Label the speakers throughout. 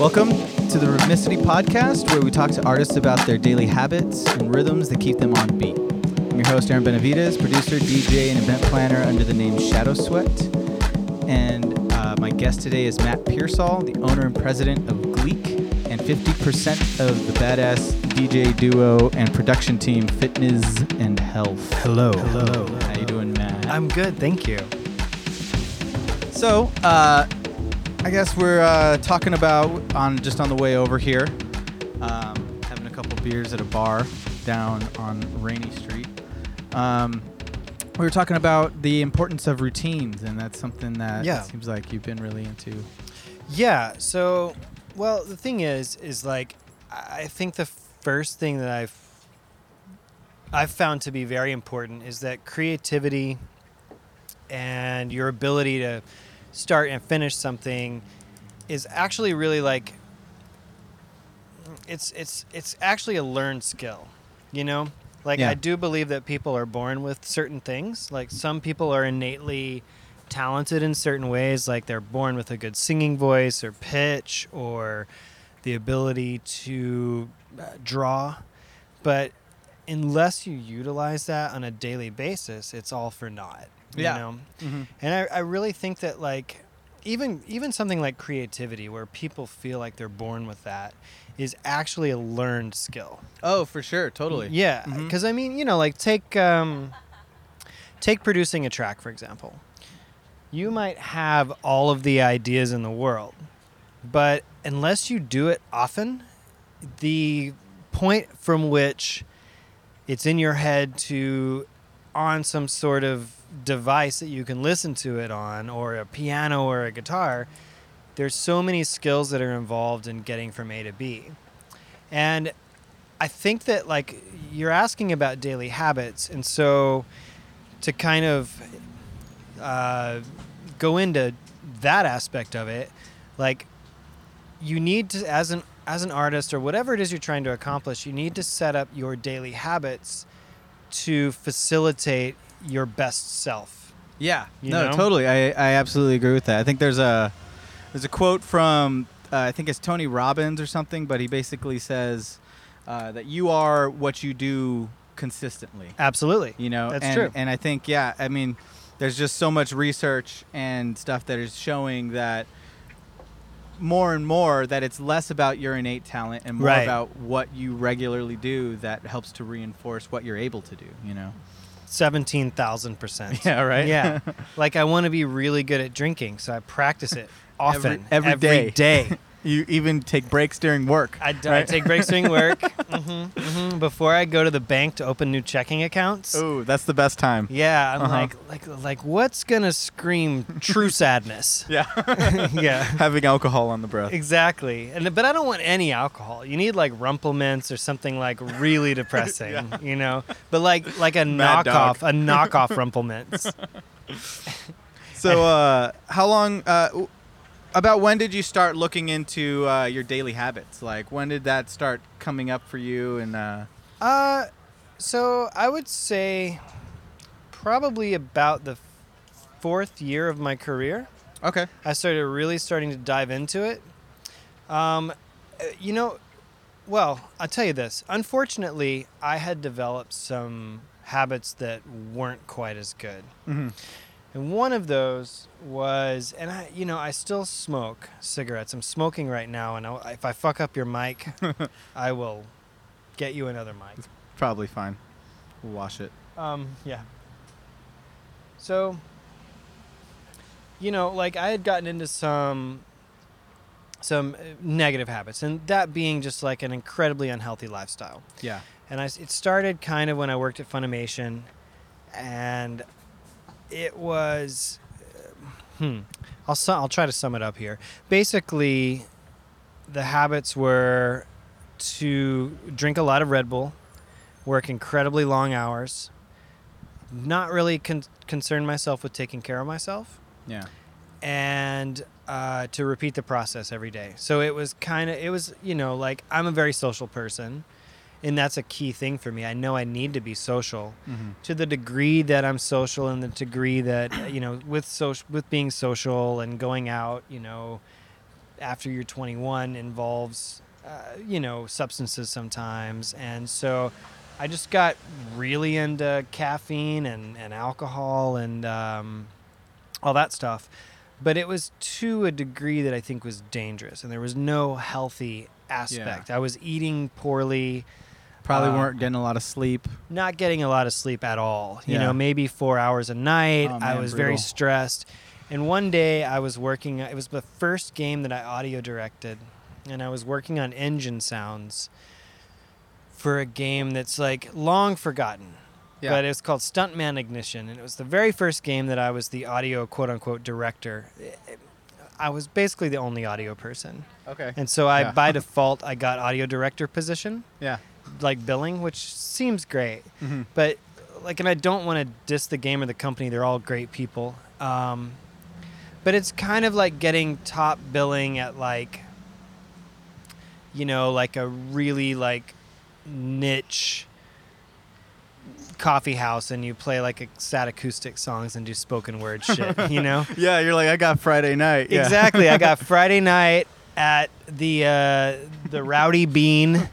Speaker 1: Welcome to the Rhythmicity Podcast, where we talk to artists about their daily habits and rhythms that keep them on beat. I'm your host, Aaron Benavides, producer, DJ, and event planner under the name Shadow Sweat. And uh, my guest today is Matt Pearsall, the owner and president of Gleek and 50% of the badass DJ duo and production team Fitness and Health.
Speaker 2: Hello. Hello.
Speaker 1: How you doing, Matt?
Speaker 2: I'm good, thank you.
Speaker 1: So, uh, I guess we're uh, talking about on just on the way over here, um, having a couple beers at a bar down on Rainy Street. Um, we were talking about the importance of routines, and that's something that
Speaker 2: Yeah.
Speaker 1: it seems like you've been really into.
Speaker 2: Yeah, so well, the thing is is like I I think the first thing that I've I've found to be very important is that creativity and your ability to start and finish something is actually really like it's it's it's actually a learned skill, you know? Like
Speaker 1: Yeah.
Speaker 2: I do believe that people are born with certain things. Like some people are innately talented in certain ways, like they're born with a good singing voice or pitch or the ability to uh, draw. But unless you utilize that on a daily basis, it's all for naught. You
Speaker 1: Yeah.
Speaker 2: know? And I, I really think that like even even something like creativity where people feel like they're born with that is actually a learned skill.
Speaker 1: Oh, for sure, totally.
Speaker 2: Yeah,
Speaker 1: Mhm.
Speaker 2: because I mean, you know, like take um, take producing a track for example. You might have all of the ideas in the world, but unless you do it often, the point from which it's in your head to on some sort of device that you can listen to it on, or a piano or a guitar. There's so many skills that are involved in getting from A to B. And I think that like you're asking about daily habits, and so to kind of uh, go into that aspect of it, like you need to as an as an artist or whatever it is you're trying to accomplish, you need to set up your daily habits to facilitate your best self.
Speaker 1: Yeah,
Speaker 2: You
Speaker 1: no,
Speaker 2: know?
Speaker 1: totally. I, I absolutely agree with that. I think there's a there's a quote from uh, I think it's Tony Robbins or something, but he basically says uh, that you are what you do consistently.
Speaker 2: Absolutely.
Speaker 1: You know,
Speaker 2: That's
Speaker 1: and,
Speaker 2: true.
Speaker 1: And I think yeah, I mean, there's just so much research and stuff that is showing that more and more that it's less about your innate talent and more
Speaker 2: Right.
Speaker 1: about what you regularly do that helps to reinforce what you're able to do. You know.
Speaker 2: Seventeen thousand percent.
Speaker 1: Yeah, right?
Speaker 2: Yeah. like I want to be really good at drinking, so I practice it often.
Speaker 1: every
Speaker 2: every day.
Speaker 1: You even take breaks during work.
Speaker 2: I, d- I
Speaker 1: right?
Speaker 2: take breaks during work mhm, mhm, before I go to the bank to open new checking accounts.
Speaker 1: Oh, that's the best time.
Speaker 2: Yeah, I'm
Speaker 1: Uh-huh.
Speaker 2: like, like, like, what's gonna scream true sadness?
Speaker 1: Yeah.
Speaker 2: yeah,
Speaker 1: Having alcohol on the breath.
Speaker 2: exactly. And but I don't want any alcohol. You need like rumplements or something like really depressing, you know. But like, like a
Speaker 1: Mad dog.
Speaker 2: knockoff, a knockoff rumplements.
Speaker 1: So, uh, how long, uh, w- about when did you start looking into uh, your daily habits? Like, when did that start coming up for you? And uh,
Speaker 2: Uh, so I would say probably about the fourth year of my career.
Speaker 1: okay.
Speaker 2: I started really starting to dive into it. Um, uh, you know, well, I'll tell you this. Unfortunately, I had developed some habits that weren't quite as good.
Speaker 1: Mhm.
Speaker 2: And one of those was, and I, you know, I still smoke cigarettes. I'm smoking right now, and I, if I fuck up your mic, I will get you another mic.
Speaker 1: Probably fine. We'll wash it.
Speaker 2: Um, yeah. So, you know, like I had gotten into some some uh, negative habits, and that being just like an incredibly unhealthy lifestyle.
Speaker 1: Yeah.
Speaker 2: And I, s- it started kind of when I worked at Funimation, and it was, uh, hmm, I'll su- I'll try to sum it up here. Basically, the habits were to drink a lot of Red Bull, work incredibly long hours, not really con- concern myself with taking care of myself,
Speaker 1: Yeah.
Speaker 2: and uh, to repeat the process every day. So it was kind of, it was, you know, like I'm a very social person, and that's a key thing for me. I know I need to be social
Speaker 1: Mhm.
Speaker 2: to the degree that I'm social and the uh, degree that, you know, with social, with being social and going out, you know, after you're 21 involves, uh, you know, substances sometimes. And so I just got really into caffeine and, and alcohol and um, all that stuff. But it was to a degree that I think was dangerous. And there was no healthy aspect. I was eating poorly.
Speaker 1: Probably
Speaker 2: Uh,
Speaker 1: weren't getting a lot of sleep.
Speaker 2: not getting a lot of sleep at all. You
Speaker 1: Yeah.
Speaker 2: know, maybe four hours a night.
Speaker 1: Oh,
Speaker 2: I
Speaker 1: man,
Speaker 2: was very
Speaker 1: brutal.
Speaker 2: stressed. And one day I was working, it was the first game that I audio directed, and I was working on engine sounds for a game that's like long forgotten.
Speaker 1: Yeah.
Speaker 2: But it was called Stuntman Ignition, and it was the very first game that I was the audio quote unquote director. I was basically the only audio person.
Speaker 1: Okay.
Speaker 2: And so I,
Speaker 1: Yeah.
Speaker 2: by default, I got audio director position
Speaker 1: Yeah. Mm-hmm.
Speaker 2: like billing, which seems great. But like, and I don't want to diss the game or the company; they're all great people. Um, but it's kind of like getting top billing at like, you know, like a really like niche coffee house, and you play like sad acoustic songs and do spoken word shit. You know.
Speaker 1: Yeah, you're like I got Friday night. Yeah.
Speaker 2: Exactly. I got Friday night at the uh, the Rowdy Bean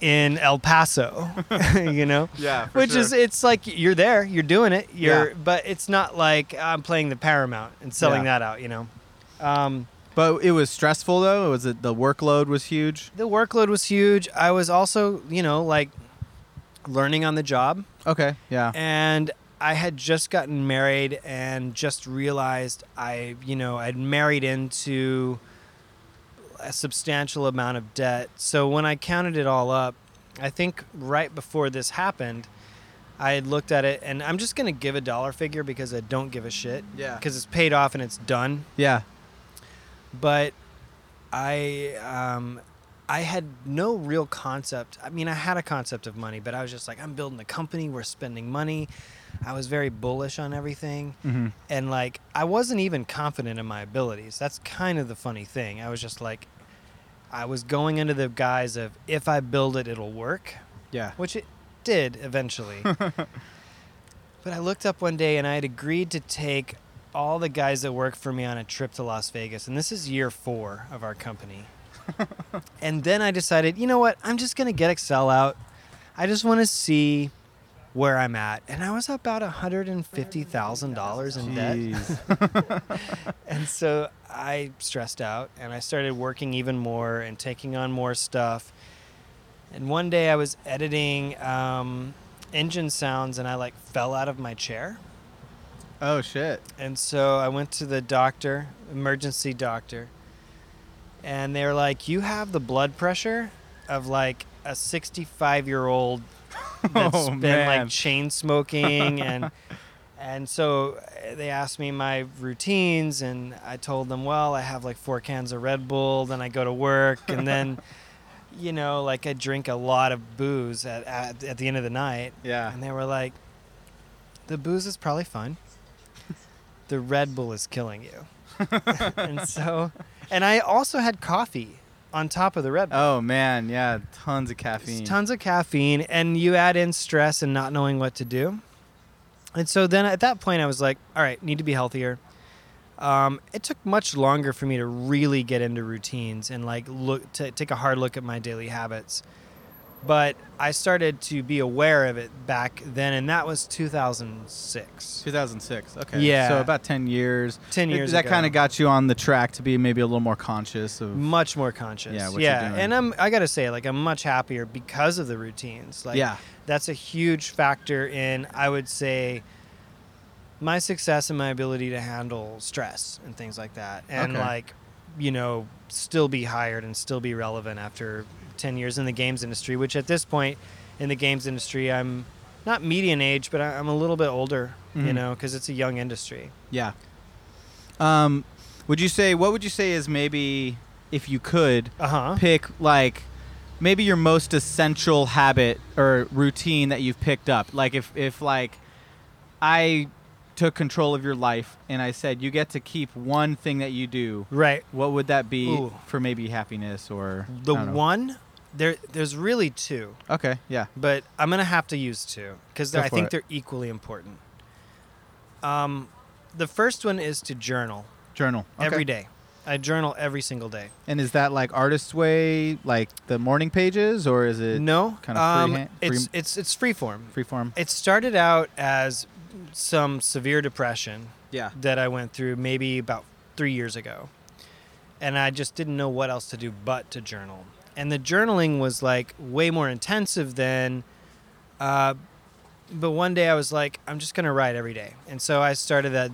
Speaker 2: in El Paso. you know.
Speaker 1: yeah. for
Speaker 2: Which
Speaker 1: sure.
Speaker 2: is, it's like you're there, you're doing it, you're,
Speaker 1: Yeah.
Speaker 2: but it's not like I'm playing the Paramount and selling
Speaker 1: Yeah.
Speaker 2: that out, you know. Um,
Speaker 1: But it was stressful though. It was it the workload was huge.
Speaker 2: the workload was huge. I was also, you know, like learning on the job.
Speaker 1: Okay. Yeah.
Speaker 2: and I had just gotten married and just realized I, you know, I'd married into a substantial amount of debt. So when I counted it all up, I think right before this happened, I had looked at it and I'm just going to give a dollar figure because I don't give a shit.
Speaker 1: Yeah.
Speaker 2: Because it's paid off and it's done.
Speaker 1: Yeah.
Speaker 2: But I, um, I had no real concept. I mean, I had a concept of money, but I was just like, I'm building a company, we're spending money. I was very bullish on everything.
Speaker 1: Mm-hmm.
Speaker 2: And like, I wasn't even confident in my abilities. That's kind of the funny thing. I was just like, I was going under the guise of if I build it, it'll work,
Speaker 1: Yeah.
Speaker 2: which it did eventually. but I looked up one day and I had agreed to take all the guys that work for me on a trip to Las Vegas. And this is year four of our company. and then I decided, you know what? I'm just going to get Excel out. I just want to see where I'm at. And I was about $150,000 in debt.
Speaker 1: Jeez.
Speaker 2: And so I stressed out and I started working even more and taking on more stuff. And one day I was editing um, engine sounds and I like fell out of my chair.
Speaker 1: oh shit.
Speaker 2: And so I went to the doctor, emergency doctor, and they were like, You have the blood pressure of like a 65 year old that's
Speaker 1: Oh,
Speaker 2: been
Speaker 1: man.
Speaker 2: like chain smoking. And, and so uh, they asked me my routines, and I told them, Well, I have like four cans of Red Bull, then I go to work, and then. You know, like I drink a lot of booze at, at, at the end of the night.
Speaker 1: Yeah.
Speaker 2: And they were like, the booze is probably fine. The Red Bull is killing you. and so, and I also had coffee on top of the Red Bull.
Speaker 1: Oh man. Yeah. Tons of
Speaker 2: It's
Speaker 1: caffeine.
Speaker 2: Tons of caffeine, and you add in stress and not knowing what to do. And so then at that point, I was like, all right, need to be healthier. Um, it took much longer for me to really get into routines and like look to take a hard look at my daily habits. But I started to be aware of it back then, and that was 2006.
Speaker 1: 2006. Okay.
Speaker 2: Yeah.
Speaker 1: So about 10 years.
Speaker 2: 10
Speaker 1: Th-
Speaker 2: years
Speaker 1: That
Speaker 2: ago.
Speaker 1: kind of got you on the track to be maybe a little more conscious of.
Speaker 2: much more conscious.
Speaker 1: Yeah, what you're
Speaker 2: yeah.
Speaker 1: doing.
Speaker 2: and I'm I gotta say, like I'm much happier because of the routines. Like
Speaker 1: Yeah.
Speaker 2: that's a huge factor in I would say my success and my ability to handle stress and things like that. And
Speaker 1: Okay.
Speaker 2: like, you know, still be hired and still be relevant after ten years in the games industry, which at this point in the games industry I'm not median age, but I- I'm a little bit older, you
Speaker 1: Mhm.
Speaker 2: know, because it's a young industry.
Speaker 1: Yeah. Um, would you say what would you say is maybe if you could
Speaker 2: Uh huh.
Speaker 1: pick like maybe your most essential habit or routine that you've picked up like if if like i took control of your life and i said you get to keep one thing that you do
Speaker 2: Right.
Speaker 1: what would that be
Speaker 2: Ooh.
Speaker 1: for maybe happiness or
Speaker 2: The
Speaker 1: I don't know.
Speaker 2: one there there's really two.
Speaker 1: okay yeah
Speaker 2: but I'm gonna have to use two because
Speaker 1: Go
Speaker 2: I
Speaker 1: for
Speaker 2: think
Speaker 1: it.
Speaker 2: they're equally important. Um, the first one is to journal
Speaker 1: journal okay.
Speaker 2: every day. I journal every single day.
Speaker 1: And is that like artist's way, like the morning pages, or is it
Speaker 2: no,
Speaker 1: kind of
Speaker 2: um,
Speaker 1: freehand-
Speaker 2: it's
Speaker 1: free-
Speaker 2: it's it's free form.
Speaker 1: free form?
Speaker 2: It started out as some severe depression
Speaker 1: Yeah.
Speaker 2: that I went through maybe about three years ago. And I just didn't know what else to do but to journal. And the journaling was like way more intensive than. Uh, but one day I was like, I'm just going to write every day. And so I started that,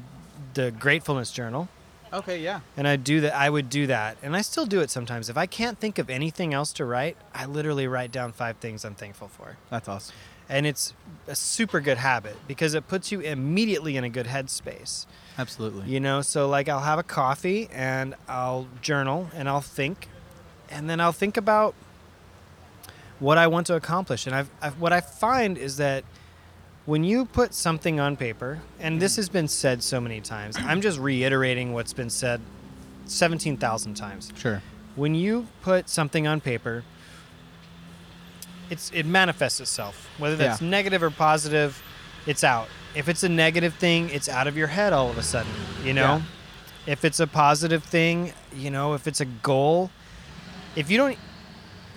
Speaker 2: the gratefulness journal.
Speaker 1: Okay. Yeah.
Speaker 2: And I do that. I would do that. And I still do it sometimes. If I can't think of anything else to write, I literally write down five things I'm thankful for
Speaker 1: That's awesome.
Speaker 2: and it's a super good habit because it puts you immediately in a good headspace
Speaker 1: Absolutely.
Speaker 2: you know so like i'll have a coffee and i'll journal and i'll think and then i'll think about what i want to accomplish and I've, I've what i find is that when you put something on paper and this has been said so many times i'm just reiterating what's been said 17,000 times
Speaker 1: Sure.
Speaker 2: when you put something on paper it's it manifests itself whether that's
Speaker 1: Yeah.
Speaker 2: negative or positive it's out if it's a negative thing it's out of your head all of a sudden you know
Speaker 1: Yeah.
Speaker 2: if it's a positive thing you know if it's a goal if you don't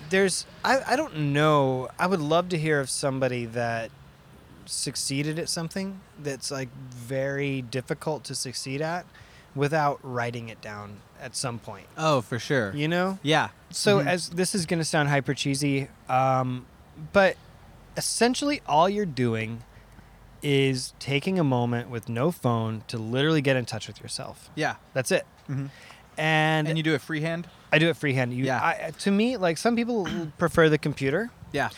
Speaker 2: there's I, I don't know i would love to hear of somebody that succeeded at something that's like very difficult to succeed at without writing it down at some point
Speaker 1: Oh, for sure.
Speaker 2: you know
Speaker 1: Yeah.
Speaker 2: so
Speaker 1: Mhm.
Speaker 2: as this is going to sound hyper cheesy, um, but essentially all you're doing is taking a moment with no phone to literally get in touch with yourself.
Speaker 1: Yeah.
Speaker 2: That's it.
Speaker 1: Mhm.
Speaker 2: And,
Speaker 1: And you do it freehand.
Speaker 2: I do it freehand. You,
Speaker 1: Yeah.
Speaker 2: I, to me, like some people prefer the computer.
Speaker 1: Yeah.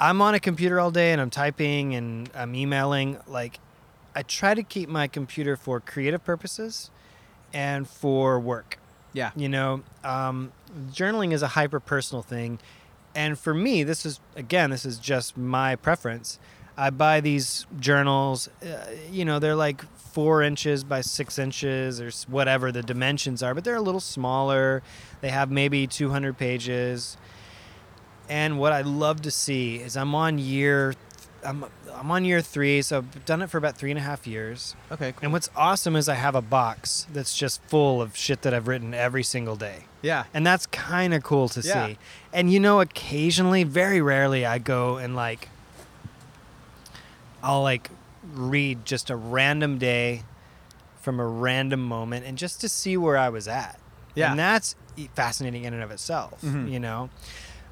Speaker 2: I'm on a computer all day and I'm typing and I'm emailing. Like, I try to keep my computer for creative purposes and for work.
Speaker 1: Yeah.
Speaker 2: You know, um, journaling is a hyper personal thing. And for me, this is, again, this is just my preference. I buy these journals, uh, you know, they're like four inches by six inches or s- whatever the dimensions are, but they're a little smaller. They have maybe 200 pages. And what I love to see is I'm on year. I'm, I'm on year three, so I've done it for about three and a half years.
Speaker 1: Okay. Cool.
Speaker 2: And what's awesome is I have a box that's just full of shit that I've written every single day.
Speaker 1: Yeah.
Speaker 2: And that's kind of cool to
Speaker 1: Yeah.
Speaker 2: see. And you know, occasionally, very rarely, I go and like, I'll like read just a random day from a random moment and just to see where I was at.
Speaker 1: Yeah.
Speaker 2: And that's e- fascinating in and of itself,
Speaker 1: Mhm.
Speaker 2: you know?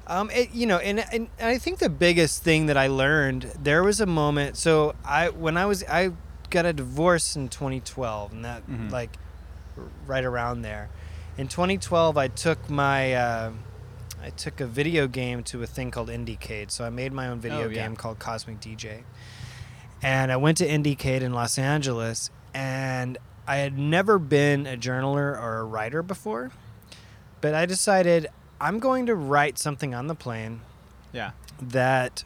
Speaker 2: Um, it, you know, and, and and I think the biggest thing that I learned there was a moment. So I when I was I got a divorce in 2012, and that
Speaker 1: Mhm.
Speaker 2: like r- right around there. In 2012, I took my uh, I took a video game to a thing called IndieCade. So I made my own video
Speaker 1: Oh, yeah.
Speaker 2: game called Cosmic DJ, and I went to IndieCade in Los Angeles, and I had never been a journaler or a writer before, but I decided I'm going to write something on the plane
Speaker 1: Yeah.
Speaker 2: that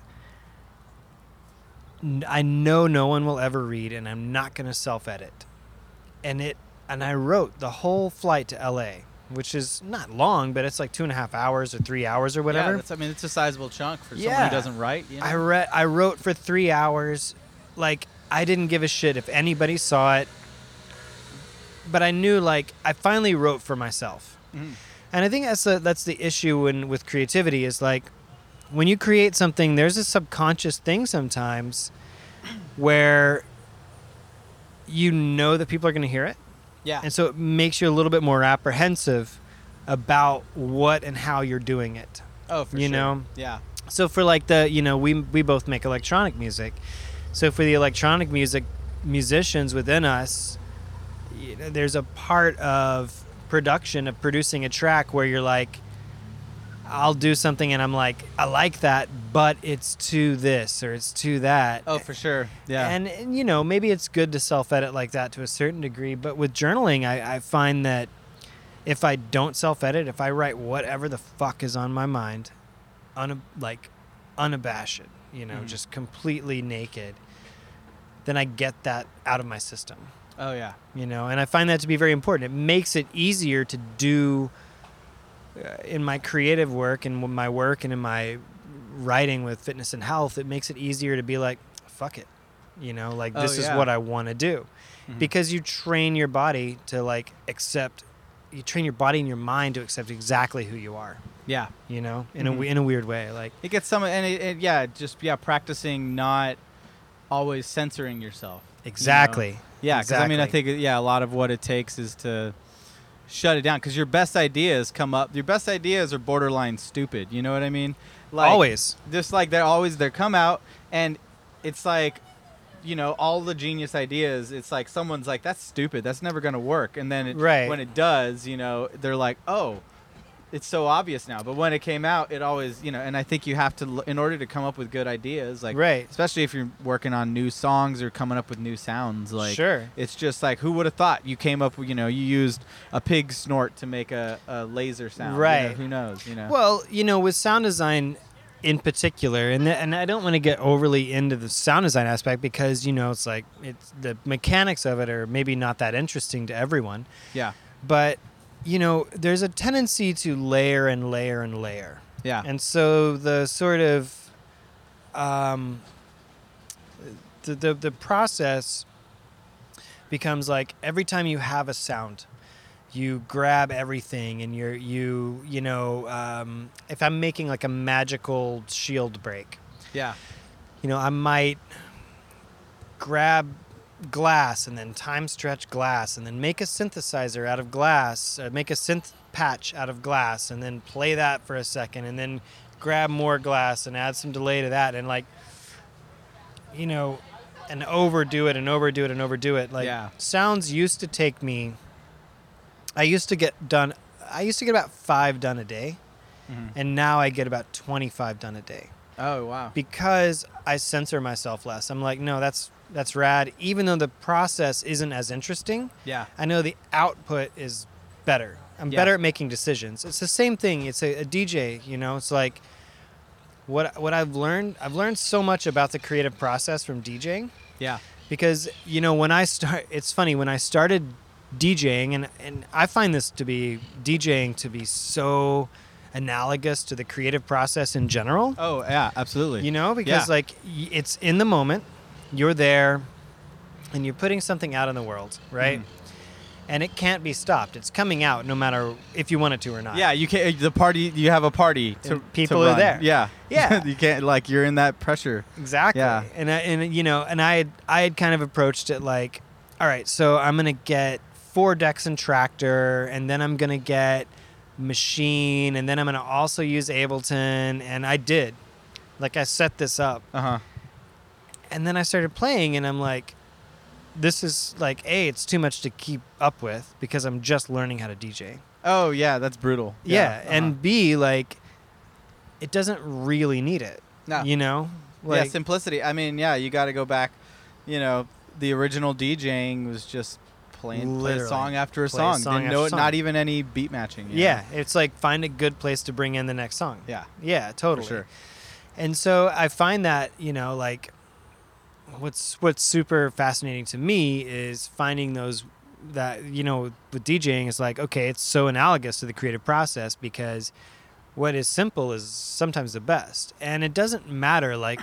Speaker 2: n- I know no one will ever read, and I'm not going to self-edit. And it and I wrote the whole flight to L.A., which is not long, but it's like two and a half hours or three hours or
Speaker 1: Yeah,
Speaker 2: whatever.
Speaker 1: that's, I mean, it's a sizable chunk for someone
Speaker 2: Yeah.
Speaker 1: who doesn't write. You know?
Speaker 2: I read. I wrote for three hours, like I didn't give a shit if anybody saw it. But I knew, like, I finally wrote for myself.
Speaker 1: Mhm.
Speaker 2: And I think that's the, that's the issue when with creativity is like when you create something, there's a subconscious thing sometimes where you know that people are going to hear it,
Speaker 1: Yeah.
Speaker 2: and so it makes you a little bit more apprehensive about what and how you're doing it.
Speaker 1: oh, for
Speaker 2: you
Speaker 1: sure.
Speaker 2: know.
Speaker 1: Yeah.
Speaker 2: So for like the you know we we both make electronic music, so for the electronic music musicians within us, you know, there's a part of production of producing a track where you're like, I'll do something and I'm like I like that, but it's to this or it's to that.
Speaker 1: Oh, for sure. Yeah.
Speaker 2: And, and, you know, maybe it's good to self edit like that to a certain degree, but with journaling, I, I find that if I don't self edit, if I write whatever the fuck is on my mind, un- like unabashed, you know,
Speaker 1: Mhm.
Speaker 2: just completely naked, then I get that out of my system,
Speaker 1: oh, yeah.
Speaker 2: you know, and I find that to be very important. It makes it easier to do uh, in my creative work and with my work and in my writing with fitness and health, it makes it easier to be like, fuck it. You know, like
Speaker 1: Oh,
Speaker 2: this
Speaker 1: yeah.
Speaker 2: is what I want to do.
Speaker 1: Mhm.
Speaker 2: Because you train your body to like accept you train your body and your mind to accept exactly who you are.
Speaker 1: Yeah.
Speaker 2: You know, in a
Speaker 1: Mhm.
Speaker 2: we- in a weird way, like
Speaker 1: It gets some, and it, it, yeah, just yeah, practicing not always censoring yourself. you know?
Speaker 2: exactly.
Speaker 1: Yeah, because I mean, I
Speaker 2: Exactly.
Speaker 1: think yeah, a lot of what it takes is to shut it down. Because your best ideas come up. Your best ideas are borderline stupid. You know what I mean? Like,
Speaker 2: Always.
Speaker 1: Just like they're always they come out, and it's like, you know, all the genius ideas. It's like someone's like, "That's stupid. That's never gonna work." And then it,
Speaker 2: Right.
Speaker 1: when it does, you know, they're like, "Oh." It's so obvious now, but when it came out, it always, you know, and I think you have to, l- in order to come up with good ideas, like,
Speaker 2: Right.
Speaker 1: especially if you're working on new songs or coming up with new sounds, like,
Speaker 2: sure.
Speaker 1: it's just like who would have thought you came up, with- you know, you used a pig snort to make a, a laser sound. you know,
Speaker 2: Right.
Speaker 1: who knows? You know.
Speaker 2: Well, you know, with sound design in particular, and th- and I don't want to get overly into the sound design aspect because you know it's like it's the mechanics of it are maybe not that interesting to everyone,
Speaker 1: yeah.
Speaker 2: but you know, there's a tendency to layer and layer and layer,
Speaker 1: Yeah.
Speaker 2: and so the sort of um, the, the the process becomes like every time you have a sound you grab everything and you're you you know um, if i'm making like a magical shield break
Speaker 1: yeah.
Speaker 2: you know i might grab glass and then time stretch glass and then make a synthesizer out of glass uh, make a synth patch out of glass and then play that for a second and then grab more glass and add some delay to that and like you know and overdo it and overdo it and overdo it like
Speaker 1: Yeah.
Speaker 2: sounds used to take me i used to get done i used to get about five done a day
Speaker 1: Mhm.
Speaker 2: and now i get about 25 done a day
Speaker 1: Oh wow.
Speaker 2: because I censor myself less. I'm like, no, that's that's rad. Even though the process isn't as interesting,
Speaker 1: yeah.
Speaker 2: I know the output is better. I'm
Speaker 1: Yeah.
Speaker 2: better at making decisions. It's the same thing. It's a, a DJ, you know. It's like what what I've learned. I've learned so much about the creative process from DJing
Speaker 1: Yeah.
Speaker 2: because you know when I start. It's funny when I started DJing, and and I find this to be DJing to be so analogous to the creative process in general.
Speaker 1: Oh yeah. Absolutely.
Speaker 2: You know, because
Speaker 1: Yeah.
Speaker 2: like y- it's in the moment, you're there, and you're putting something out in the world, right?
Speaker 1: Mhm.
Speaker 2: And it can't be stopped. It's coming out no matter if you want it to or not.
Speaker 1: Yeah. You can't. The party. You have a party. To,
Speaker 2: And people
Speaker 1: to
Speaker 2: are
Speaker 1: run.
Speaker 2: there.
Speaker 1: Yeah.
Speaker 2: Yeah.
Speaker 1: you can't. Like you're in that pressure.
Speaker 2: exactly.
Speaker 1: Yeah.
Speaker 2: And I, and you know, and I had I had kind of approached it like, all right, so I'm gonna get four decks and tractor, and then I'm gonna get machine, and then I'm gonna also use Ableton, and I did, like I set this up.
Speaker 1: Uh huh.
Speaker 2: and then I started playing, and I'm like, this is like, a, it's too much to keep up with because I'm just learning how to DJ.
Speaker 1: Oh yeah. That's brutal.
Speaker 2: Yeah,
Speaker 1: uh-huh.
Speaker 2: and b, like, it doesn't really need it.
Speaker 1: No.
Speaker 2: You know,
Speaker 1: yeah,
Speaker 2: like,
Speaker 1: simplicity. I mean, yeah, you got to go back. You know, the original DJing was just playing play
Speaker 2: Literally.
Speaker 1: song after a
Speaker 2: Play
Speaker 1: song.
Speaker 2: song
Speaker 1: Didn't know
Speaker 2: after
Speaker 1: it,
Speaker 2: song.
Speaker 1: not even any beat matching. you know?
Speaker 2: yeah. it's like find a good place to bring in the next song.
Speaker 1: Yeah.
Speaker 2: yeah, totally.
Speaker 1: For sure.
Speaker 2: And so I find that you know, like, what's what's super fascinating to me is finding those that you know with DJing is like okay, it's so analogous to the creative process because what is simple is sometimes the best, and it doesn't matter like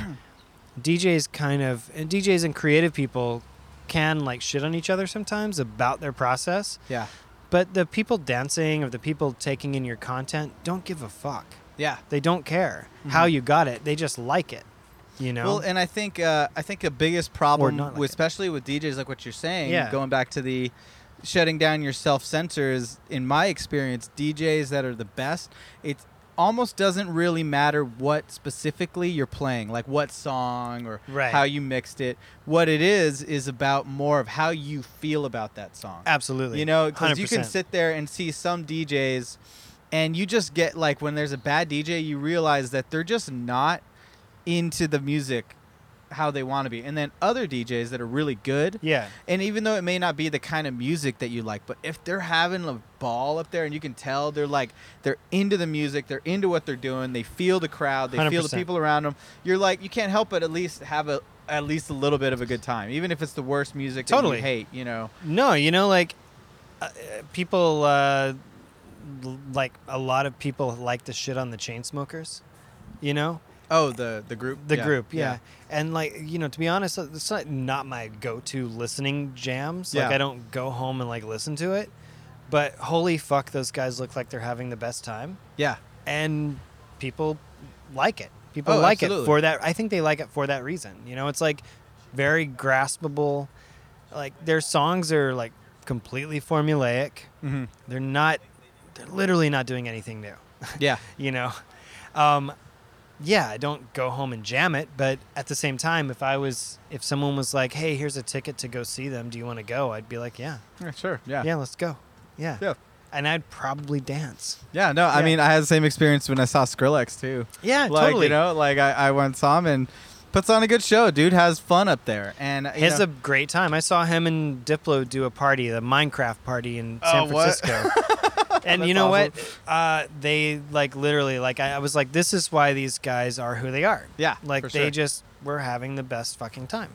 Speaker 2: DJs kind of and DJs and creative people can like shit on each other sometimes about their process,
Speaker 1: Yeah.
Speaker 2: but the people dancing or the people taking in your content don't give a fuck.
Speaker 1: Yeah.
Speaker 2: They don't care how
Speaker 1: Mhm.
Speaker 2: you got it. They just like it, you know.
Speaker 1: Well, and I think uh, I think the biggest problem,
Speaker 2: not like
Speaker 1: with,
Speaker 2: it.
Speaker 1: especially with DJs, like what you're saying,
Speaker 2: Yeah.
Speaker 1: going back to the shutting down your self censors. In my experience, DJs that are the best, it almost doesn't really matter what specifically you're playing, like what song or
Speaker 2: Right.
Speaker 1: how you mixed it. What it is is about more of how you feel about that song.
Speaker 2: Absolutely,
Speaker 1: You know, because you can
Speaker 2: 100%.
Speaker 1: sit there and see some DJs, and you just get like when there's a bad DJ, you realize that they're just not into the music how they want to be. And then other DJs that are really good,
Speaker 2: Yeah,
Speaker 1: and even though it may not be the kind of music that you like, but if they're having a ball up there and you can tell they're like they're into the music, they're into what they're doing, they feel the crowd, they feel the
Speaker 2: 100%.
Speaker 1: people around them, you're like you can't help but at least have a at least a little bit of a good time, even if it's the worst music that
Speaker 2: Totally.
Speaker 1: you hate, you know.
Speaker 2: no, you know, like uh, uh, people, uh, l- like a lot of people like the shit on the chain smokers, you know,
Speaker 1: Oh, the the group.
Speaker 2: the group, yeah. and like you know, to be honest, uh, it's not not my go-to listening jams. Like
Speaker 1: Yeah.
Speaker 2: I don't go home and like listen to it, But holy fuck, those guys look like they're having the best time,
Speaker 1: Yeah.
Speaker 2: and people like it. People
Speaker 1: Oh,
Speaker 2: like
Speaker 1: absolutely.
Speaker 2: it for that. I think they like it for that reason. You know, it's like very graspable. Like their songs are like completely formulaic.
Speaker 1: Mm-hmm.
Speaker 2: They're not. They're literally not doing anything new
Speaker 1: Yeah.
Speaker 2: you know um yeah i don't go home and jam it but at the same time if i was if someone was like hey here's a ticket to go see them do you want to go i'd be like yeah
Speaker 1: yeah. Sure.
Speaker 2: yeah, let's go yeah
Speaker 1: Yeah.
Speaker 2: and i'd probably dance
Speaker 1: Yeah, no, I
Speaker 2: Yeah.
Speaker 1: mean, I had the same experience when I saw Skrillex too.
Speaker 2: yeah
Speaker 1: like,
Speaker 2: totally
Speaker 1: you know, like I, I went saw him and puts on a good show. Dude has fun up there, and you
Speaker 2: He's
Speaker 1: know-
Speaker 2: a great time. I saw him and Diplo do a party, the Minecraft party in
Speaker 1: Oh,
Speaker 2: San
Speaker 1: what?
Speaker 2: Francisco. and
Speaker 1: That's
Speaker 2: you know what? Uh, they like literally like I, I was like, this is why these guys are who they are.
Speaker 1: yeah,
Speaker 2: Like
Speaker 1: for
Speaker 2: they
Speaker 1: sure.
Speaker 2: just were having the best fucking time.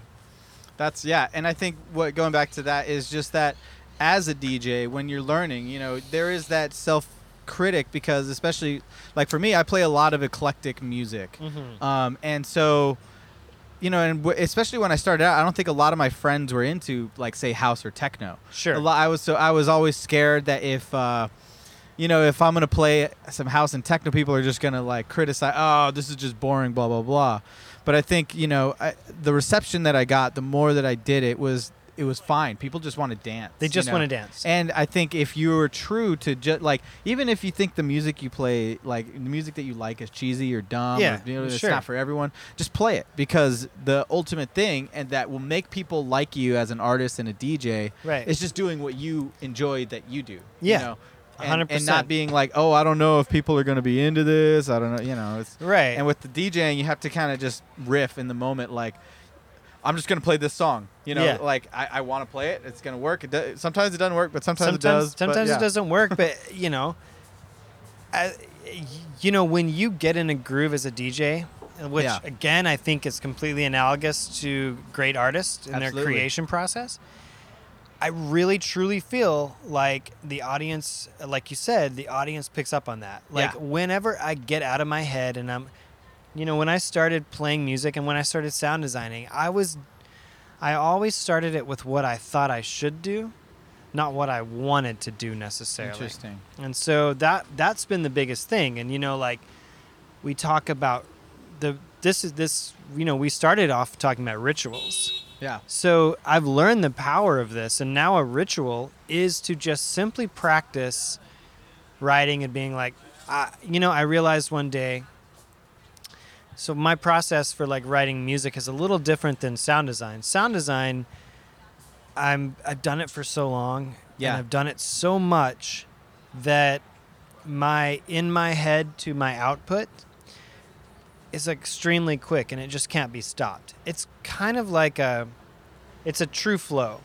Speaker 1: That's yeah, and I think what going back to that is just that as a DJ, when you're learning, you know, there is that self critic because especially like for me, I play a lot of eclectic music, um, and so you know, and w- especially when I started out, I don't think a lot of my friends were into like say house or techno.
Speaker 2: Sure.
Speaker 1: A lot, I was so I was always scared that if. Uh, you know, if I'm gonna play some house and techno, people are just gonna like criticize. Oh, this is just boring, blah blah blah. But I think you know I, the reception that I got, the more that I did it, was it was fine. People just want to dance.
Speaker 2: They
Speaker 1: you
Speaker 2: just
Speaker 1: know?
Speaker 2: want to dance.
Speaker 1: And I think if you were true to just like, even if you think the music you play, like the music that you like, is cheesy or dumb,
Speaker 2: Yeah,
Speaker 1: or, you know, it's
Speaker 2: sure.
Speaker 1: not for everyone. Just play it because the ultimate thing and that will make people like you as an artist and a DJ
Speaker 2: Right.
Speaker 1: is just doing what you enjoy that you do.
Speaker 2: Yeah.
Speaker 1: you know? And, and
Speaker 2: 100%.
Speaker 1: not being like, oh, I don't know if people are going to be into this. I don't know, you know. It's,
Speaker 2: Right.
Speaker 1: And with the DJing, you have to kind of just riff in the moment, like, I'm just gonna play this song. You know,
Speaker 2: Yeah.
Speaker 1: like I, I want to play it. It's gonna work. It do- sometimes it doesn't work, but sometimes,
Speaker 2: sometimes
Speaker 1: it does. but
Speaker 2: sometimes
Speaker 1: yeah.
Speaker 2: it doesn't work, but you know, I, you know when you get in a groove as a DJ, which
Speaker 1: Yeah.
Speaker 2: again I think is completely analogous to great artists in
Speaker 1: Absolutely.
Speaker 2: their creation process. I really truly feel like the audience, like you said, the audience picks up on that. Like
Speaker 1: Yeah.
Speaker 2: whenever I get out of my head and I'm, you know, when I started playing music and when I started sound designing, I was, I always started it with what I thought I should do, not what I wanted to do necessarily.
Speaker 1: Interesting.
Speaker 2: And so that that's been the biggest thing. And you know, like we talk about the this is this you know we started off talking about rituals.
Speaker 1: Yeah.
Speaker 2: So I've learned the power of this, and now a ritual is to just simply practice writing and being like, I, you know, I realized one day. So my process for like writing music is a little different than sound design. Sound design, I'm I've done it for so long,
Speaker 1: Yeah.
Speaker 2: and I've done it so much that my in my head to my output is extremely quick and it just can't be stopped. It's kind of like a it's a true flow.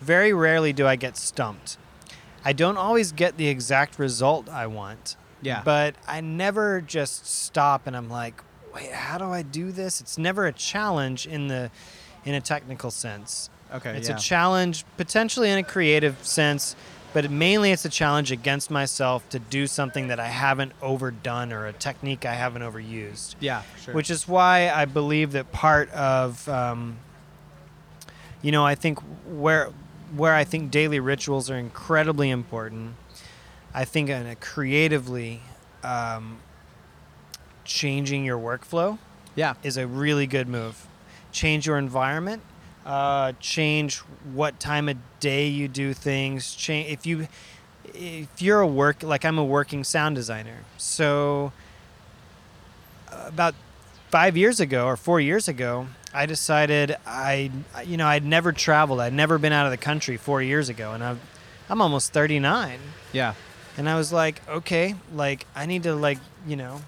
Speaker 2: Very rarely do I get stumped. I don't always get the exact result I want,
Speaker 1: Yeah.
Speaker 2: but I never just stop and I'm like, "Wait, how do I do this?" It's never a challenge in the in a technical sense.
Speaker 1: okay.
Speaker 2: It's
Speaker 1: yeah.
Speaker 2: a challenge, potentially in a creative sense, but mainly it's a challenge against myself to do something that I haven't overdone or a technique I haven't overused.
Speaker 1: yeah. Sure.
Speaker 2: Which is why I believe that part of, um, you know, I think where where I think daily rituals are incredibly important. I think in a creatively um, changing your workflow
Speaker 1: yeah.
Speaker 2: is a really good move. Change your environment. Uh, change what time of day you do things. Change if you if you're a work like I'm a working sound designer. So uh, about five years ago or four years ago, I decided I you know I'd never traveled. I'd never been out of the country four years ago, and I'm I'm almost 39
Speaker 1: Yeah.
Speaker 2: and I was like, okay, like I need to like you know,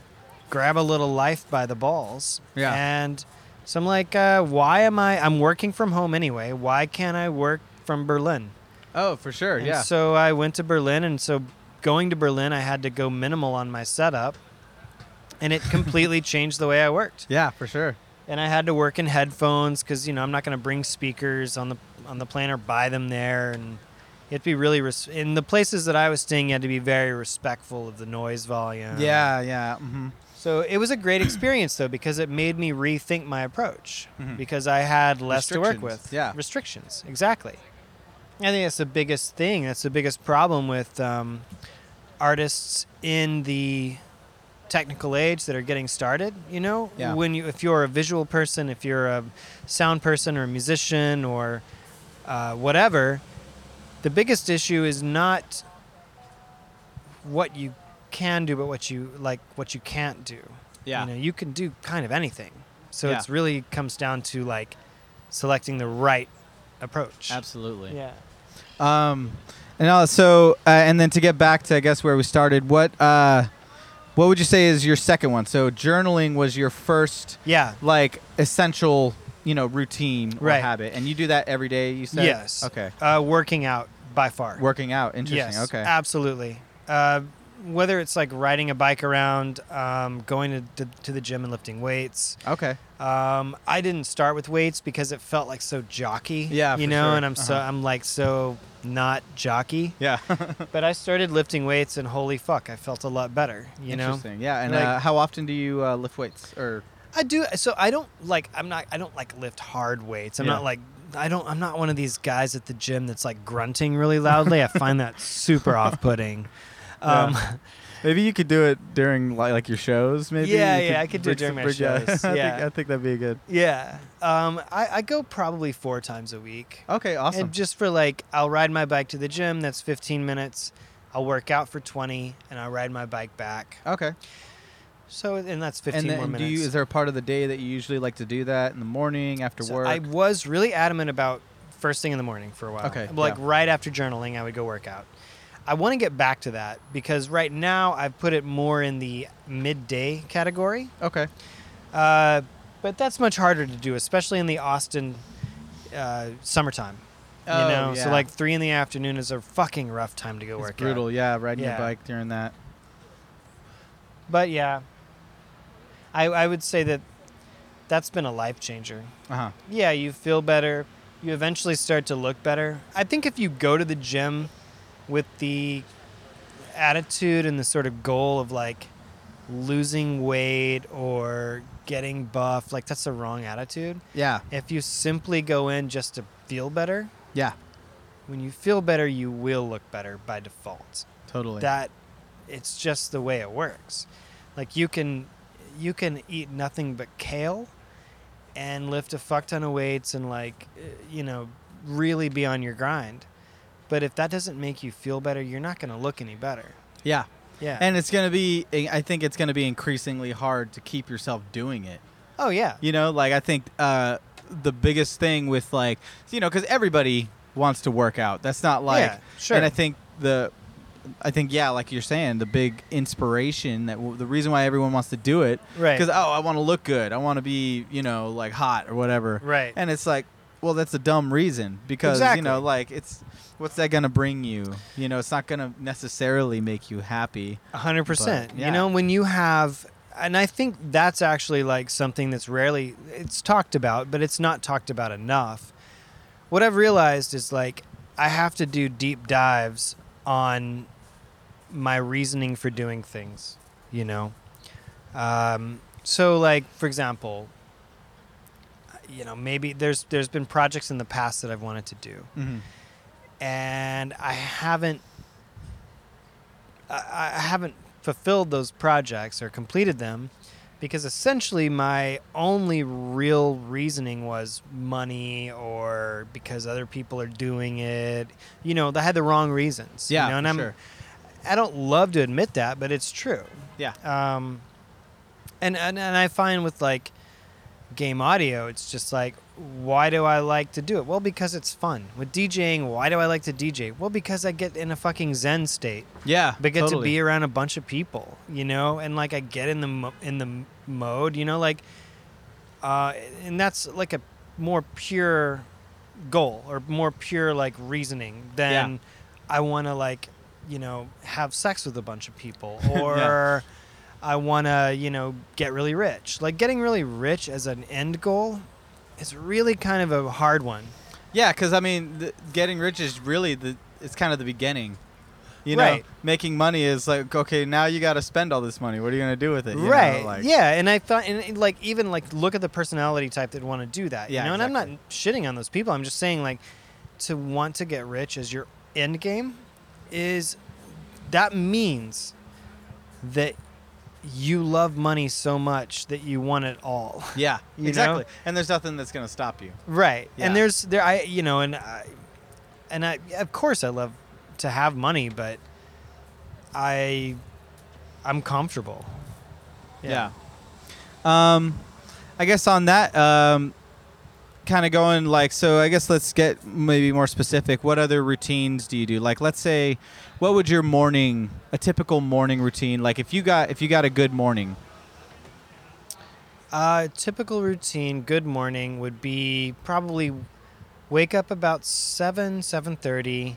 Speaker 2: grab a little life by the balls.
Speaker 1: Yeah.
Speaker 2: And so I'm like, uh, why am I? I'm working from home anyway. Why can't I work from Berlin?
Speaker 1: Oh, for sure.
Speaker 2: And
Speaker 1: yeah.
Speaker 2: So I went to Berlin, and so going to Berlin, I had to go minimal on my setup, and it completely changed the way I worked.
Speaker 1: yeah. For sure.
Speaker 2: And I had to work in headphones because you know I'm not going to bring speakers on the on the plane or buy them there, and you have to be really res- in the places that I was staying. You had to be very respectful of the noise volume.
Speaker 1: Yeah. Yeah. Mm-hmm.
Speaker 2: So it was a great experience though because it made me rethink my approach
Speaker 1: Mhm.
Speaker 2: because I had less to work
Speaker 1: Restrictions,
Speaker 2: with.
Speaker 1: yeah.
Speaker 2: Restrictions. Exactly. I think that's the biggest thing. That's the biggest problem with um, artists in the technical age that are getting started. You know,
Speaker 1: Yeah.
Speaker 2: when you if you're a visual person, if you're a sound person or a musician or uh, whatever, the biggest issue is not what you can do, but what you like, what you can't do.
Speaker 1: Yeah.
Speaker 2: you know, you can do kind of anything. So
Speaker 1: Yeah.
Speaker 2: it's really comes down to like selecting the right approach.
Speaker 1: Absolutely.
Speaker 2: Yeah.
Speaker 1: Um, and also, uh, and then to get back to I guess where we started, what uh, what would you say is your second one? So journaling was your first
Speaker 2: Yeah.
Speaker 1: like essential, you know, routine or
Speaker 2: Right.
Speaker 1: habit, and you do that every day. You said
Speaker 2: Yes.
Speaker 1: Okay.
Speaker 2: Uh, working out by far.
Speaker 1: Working out. Interesting.
Speaker 2: Yes,
Speaker 1: okay.
Speaker 2: Absolutely. Uh, whether it's like riding a bike around, um, going to, to, to the gym and lifting weights.
Speaker 1: okay.
Speaker 2: Um, I didn't start with weights because it felt like so jockey.
Speaker 1: Yeah,
Speaker 2: You
Speaker 1: for
Speaker 2: know,
Speaker 1: sure.
Speaker 2: and I'm so
Speaker 1: Uh-huh.
Speaker 2: I'm like so not jockey.
Speaker 1: Yeah.
Speaker 2: But I started lifting weights and holy fuck, I felt a lot better. You know.
Speaker 1: Interesting. Yeah. And
Speaker 2: Like-
Speaker 1: uh, how often do you uh, lift weights? Or
Speaker 2: I do. So I don't like. I'm not. I don't like lift hard weights. I'm
Speaker 1: Yeah.
Speaker 2: not like. I don't. I'm not one of these guys at the gym that's like grunting really loudly. I find that super off-putting. Um, yeah,
Speaker 1: maybe you could do it during like, your shows.
Speaker 2: maybe? Yeah, You yeah, could I could do it break during some- my break- yeah.
Speaker 1: uh,
Speaker 2: shows. I think- Yeah. I
Speaker 1: that'd be good.
Speaker 2: Um, I, I go probably four times a week.
Speaker 1: Okay. Awesome.
Speaker 2: And just for like, I'll ride my bike to the gym. That's 15 minutes. I'll work out for 20, and I'll ride my bike back.
Speaker 1: okay.
Speaker 2: So and that's 15
Speaker 1: and then
Speaker 2: more
Speaker 1: do
Speaker 2: minutes.
Speaker 1: you, is there a part of the day that you usually like to do that in the morning after
Speaker 2: So
Speaker 1: work?
Speaker 2: I was really adamant about first thing in the morning for a while.
Speaker 1: Okay,
Speaker 2: Like
Speaker 1: yeah.
Speaker 2: right after journaling, I would go work out. I want to get back to that because right now I've put it more in the midday category.
Speaker 1: okay.
Speaker 2: Uh, but that's much harder to do, especially in the Austin uh, summertime. You
Speaker 1: Oh,
Speaker 2: know, so
Speaker 1: yeah.
Speaker 2: like three in the afternoon is a fucking rough time to go
Speaker 1: It's
Speaker 2: work
Speaker 1: brutal.
Speaker 2: out.
Speaker 1: Yeah, riding your
Speaker 2: Yeah.
Speaker 1: bike during that.
Speaker 2: But yeah, I, I would say that that's been a life changer.
Speaker 1: Uh huh.
Speaker 2: yeah, you feel better. You eventually start to look better. I think if you go to the gym with the attitude and the sort of goal of like losing weight or getting buff, like that's the wrong attitude.
Speaker 1: Yeah.
Speaker 2: If you simply go in just to feel better,
Speaker 1: Yeah.
Speaker 2: when you feel better, you will look better by default
Speaker 1: Totally.
Speaker 2: that it's just the way it works. Like you can you can eat nothing but kale and lift a fuck ton of weights and like uh, you know really be on your grind. But if that doesn't make you feel better, you're not going to look any better.
Speaker 1: yeah.
Speaker 2: Yeah.
Speaker 1: And it's gonna be. I think it's gonna be increasingly hard to keep yourself doing it.
Speaker 2: oh yeah.
Speaker 1: You know, like I think uh, the biggest thing with like you know because everybody wants to work out. That's not like
Speaker 2: Yeah, sure.
Speaker 1: And I think the I think yeah, like you're saying, the big inspiration that w- the reason why everyone wants to do it
Speaker 2: Right.
Speaker 1: because oh, I want to look good. I want to be you know like hot or whatever.
Speaker 2: Right.
Speaker 1: And it's like. Well, that's a dumb reason because you know,
Speaker 2: Exactly.
Speaker 1: like it's what's that gonna bring you? You know, it's not gonna necessarily make you happy.
Speaker 2: A hundred percent.
Speaker 1: But,
Speaker 2: You
Speaker 1: yeah.
Speaker 2: know, when you have, and I think that's actually like something that's rarely it's talked about, but it's not talked about enough. What I've realized is like I have to do deep dives on my reasoning for doing things. You know, um, so like for example, you know maybe there's there's been projects in the past that I've wanted to do
Speaker 1: Mm-hmm.
Speaker 2: and I haven't I, I haven't fulfilled those projects or completed them because essentially my only real reasoning was money or because other people are doing it. You know, I had the wrong reasons. you
Speaker 1: Yeah,
Speaker 2: know, and
Speaker 1: for
Speaker 2: I'm
Speaker 1: sure.
Speaker 2: I don't love to admit that, but it's true.
Speaker 1: Yeah.
Speaker 2: Um, and, and and I find with like game audio, it's just like, why do I like to do it? Well, because it's fun. With DJing, why do I like to DJ? Well, because I get in a fucking zen state.
Speaker 1: Yeah.
Speaker 2: I get
Speaker 1: totally.
Speaker 2: to be around a bunch of people, you know, and like I get in the mo- in the m- mode, you know, like, uh, and that's like a more pure goal or more pure like reasoning than
Speaker 1: Yeah.
Speaker 2: I want to like, you know, have sex with a bunch of people
Speaker 1: Yeah.
Speaker 2: or. I want to, you know, get really rich. Like getting really rich as an end goal is really kind of a hard one.
Speaker 1: Yeah, because I mean, the, getting rich is really the it's kind of the beginning. You know,
Speaker 2: Right.
Speaker 1: making money is like okay, now you got to spend all this money. What are you gonna do with it? you know,
Speaker 2: right.
Speaker 1: like-
Speaker 2: yeah, and I thought and and, like even like look at the personality type that want to do that,
Speaker 1: Yeah,
Speaker 2: you know, and I'm
Speaker 1: exactly.
Speaker 2: not shitting on those people. I'm just saying like to want to get rich as your end game is that means that you love money so much that you want it all.
Speaker 1: Yeah,
Speaker 2: You know?
Speaker 1: exactly. And there's nothing that's going to stop you.
Speaker 2: Right.
Speaker 1: Yeah.
Speaker 2: And there's there I you know and I and I of course I love to have money but I I'm comfortable.
Speaker 1: Yeah. Um, I guess on that, um, kind of going like, so I guess let's get maybe more specific. What other routines do you do? Like, let's say, what would your morning, a typical morning routine, like if you got if you got a good morning?
Speaker 2: Uh typical routine good morning would be probably wake up about 7 7:30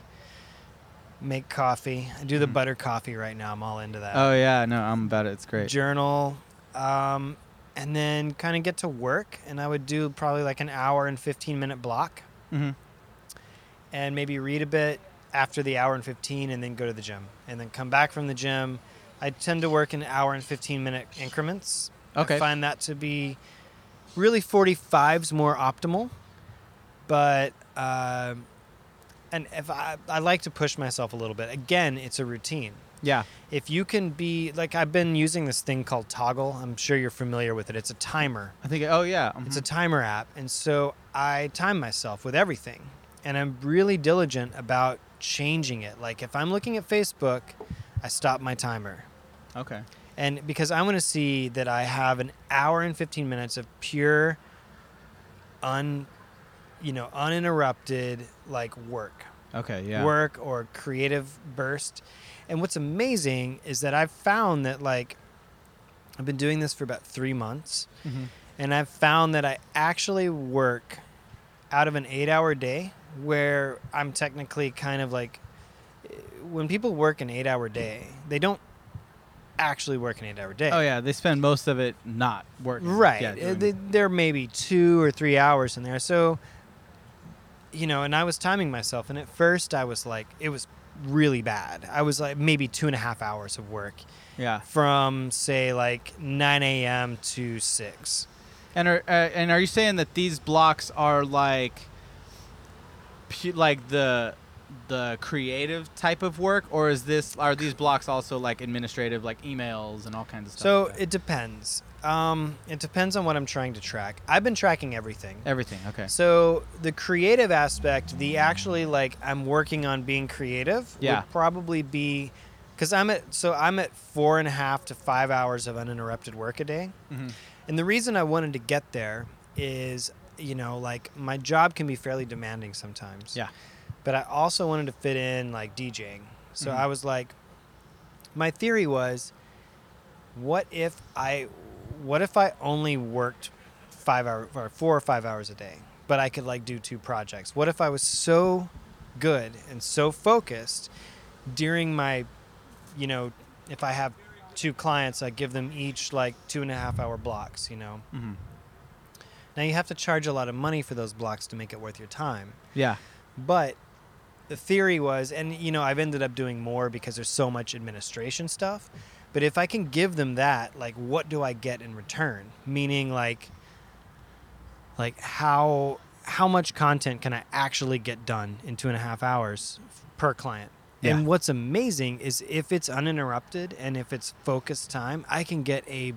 Speaker 2: make coffee. I do the
Speaker 1: Mhm.
Speaker 2: butter coffee right now. I'm all into that.
Speaker 1: Oh yeah, no, I'm about it. It's great.
Speaker 2: journal um, and then kind of get to work and i would do probably like an hour and 15 minute block
Speaker 1: hmm
Speaker 2: and maybe read a bit after the hour and 15 and then go to the gym and then come back from the gym i tend to work in hour and 15 minute increments
Speaker 1: Okay.
Speaker 2: i find that to be really 45s more optimal but um and if I, I like to push myself a little bit again it's a routine
Speaker 1: Yeah.
Speaker 2: if you can be like i've been using this thing called toggle i'm sure you're familiar with it it's a timer
Speaker 1: I think. Oh yeah.
Speaker 2: it's a
Speaker 1: mhm.
Speaker 2: timer app and so i time myself with everything and i'm really diligent about changing it like if i'm looking at facebook i stop my timer
Speaker 1: okay.
Speaker 2: and because i want to see that i have an hour and 15 minutes of pure un you know uninterrupted like work
Speaker 1: Okay. Yeah.
Speaker 2: work or creative burst. And what's amazing is that I've found that like I've been doing this for about 3 months
Speaker 1: Mhm.
Speaker 2: and I've found that I actually work out of an 8-hour day where I'm technically kind of like eh, when people work an 8-hour day, they don't actually work an 8-hour day.
Speaker 1: Oh yeah, they spend most of it not working.
Speaker 2: Right.
Speaker 1: Yeah,
Speaker 2: Uh,
Speaker 1: doing-
Speaker 2: th- there may be two or three hours in there. So, you know, and I was timing myself. And at first, I was like, it was really bad. I was like, maybe two and a half hours of work
Speaker 1: yeah.
Speaker 2: from, say, like 9 a.m. to 6.
Speaker 1: And are uh, and are you saying that these blocks are like, pu- like the the creative type of work, or is this are these blocks also like administrative, like emails and all kinds of stuff?
Speaker 2: So
Speaker 1: like that?
Speaker 2: it depends. Um, it depends on what I'm trying to track. I've been tracking everything.
Speaker 1: everything. Okay.
Speaker 2: So the creative aspect, the actually like I'm working on being creative,
Speaker 1: Yeah.
Speaker 2: would probably be because I'm at so I'm at four and a half to five hours of uninterrupted work a day,
Speaker 1: Mhm.
Speaker 2: and the reason I wanted to get there is you know like my job can be fairly demanding sometimes.
Speaker 1: Yeah.
Speaker 2: But I also wanted to fit in like DJing, so
Speaker 1: Mhm.
Speaker 2: I was like, my theory was, what if I, what if I only worked five hour or four or five hours a day, but I could like do two projects. What if I was so good and so focused during my, you know, if I have two clients, I give them each like two and a half hour blocks, you know.
Speaker 1: Mhm.
Speaker 2: Now you have to charge a lot of money for those blocks to make it worth your time.
Speaker 1: Yeah.
Speaker 2: But the theory was, and you know, I've ended up doing more because there's so much administration stuff. But if I can give them that, like, what do I get in return? Meaning, like, like how how much content can I actually get done in two and a half hours per client?
Speaker 1: Yeah.
Speaker 2: And what's amazing is if it's uninterrupted and if it's focused time, I can get a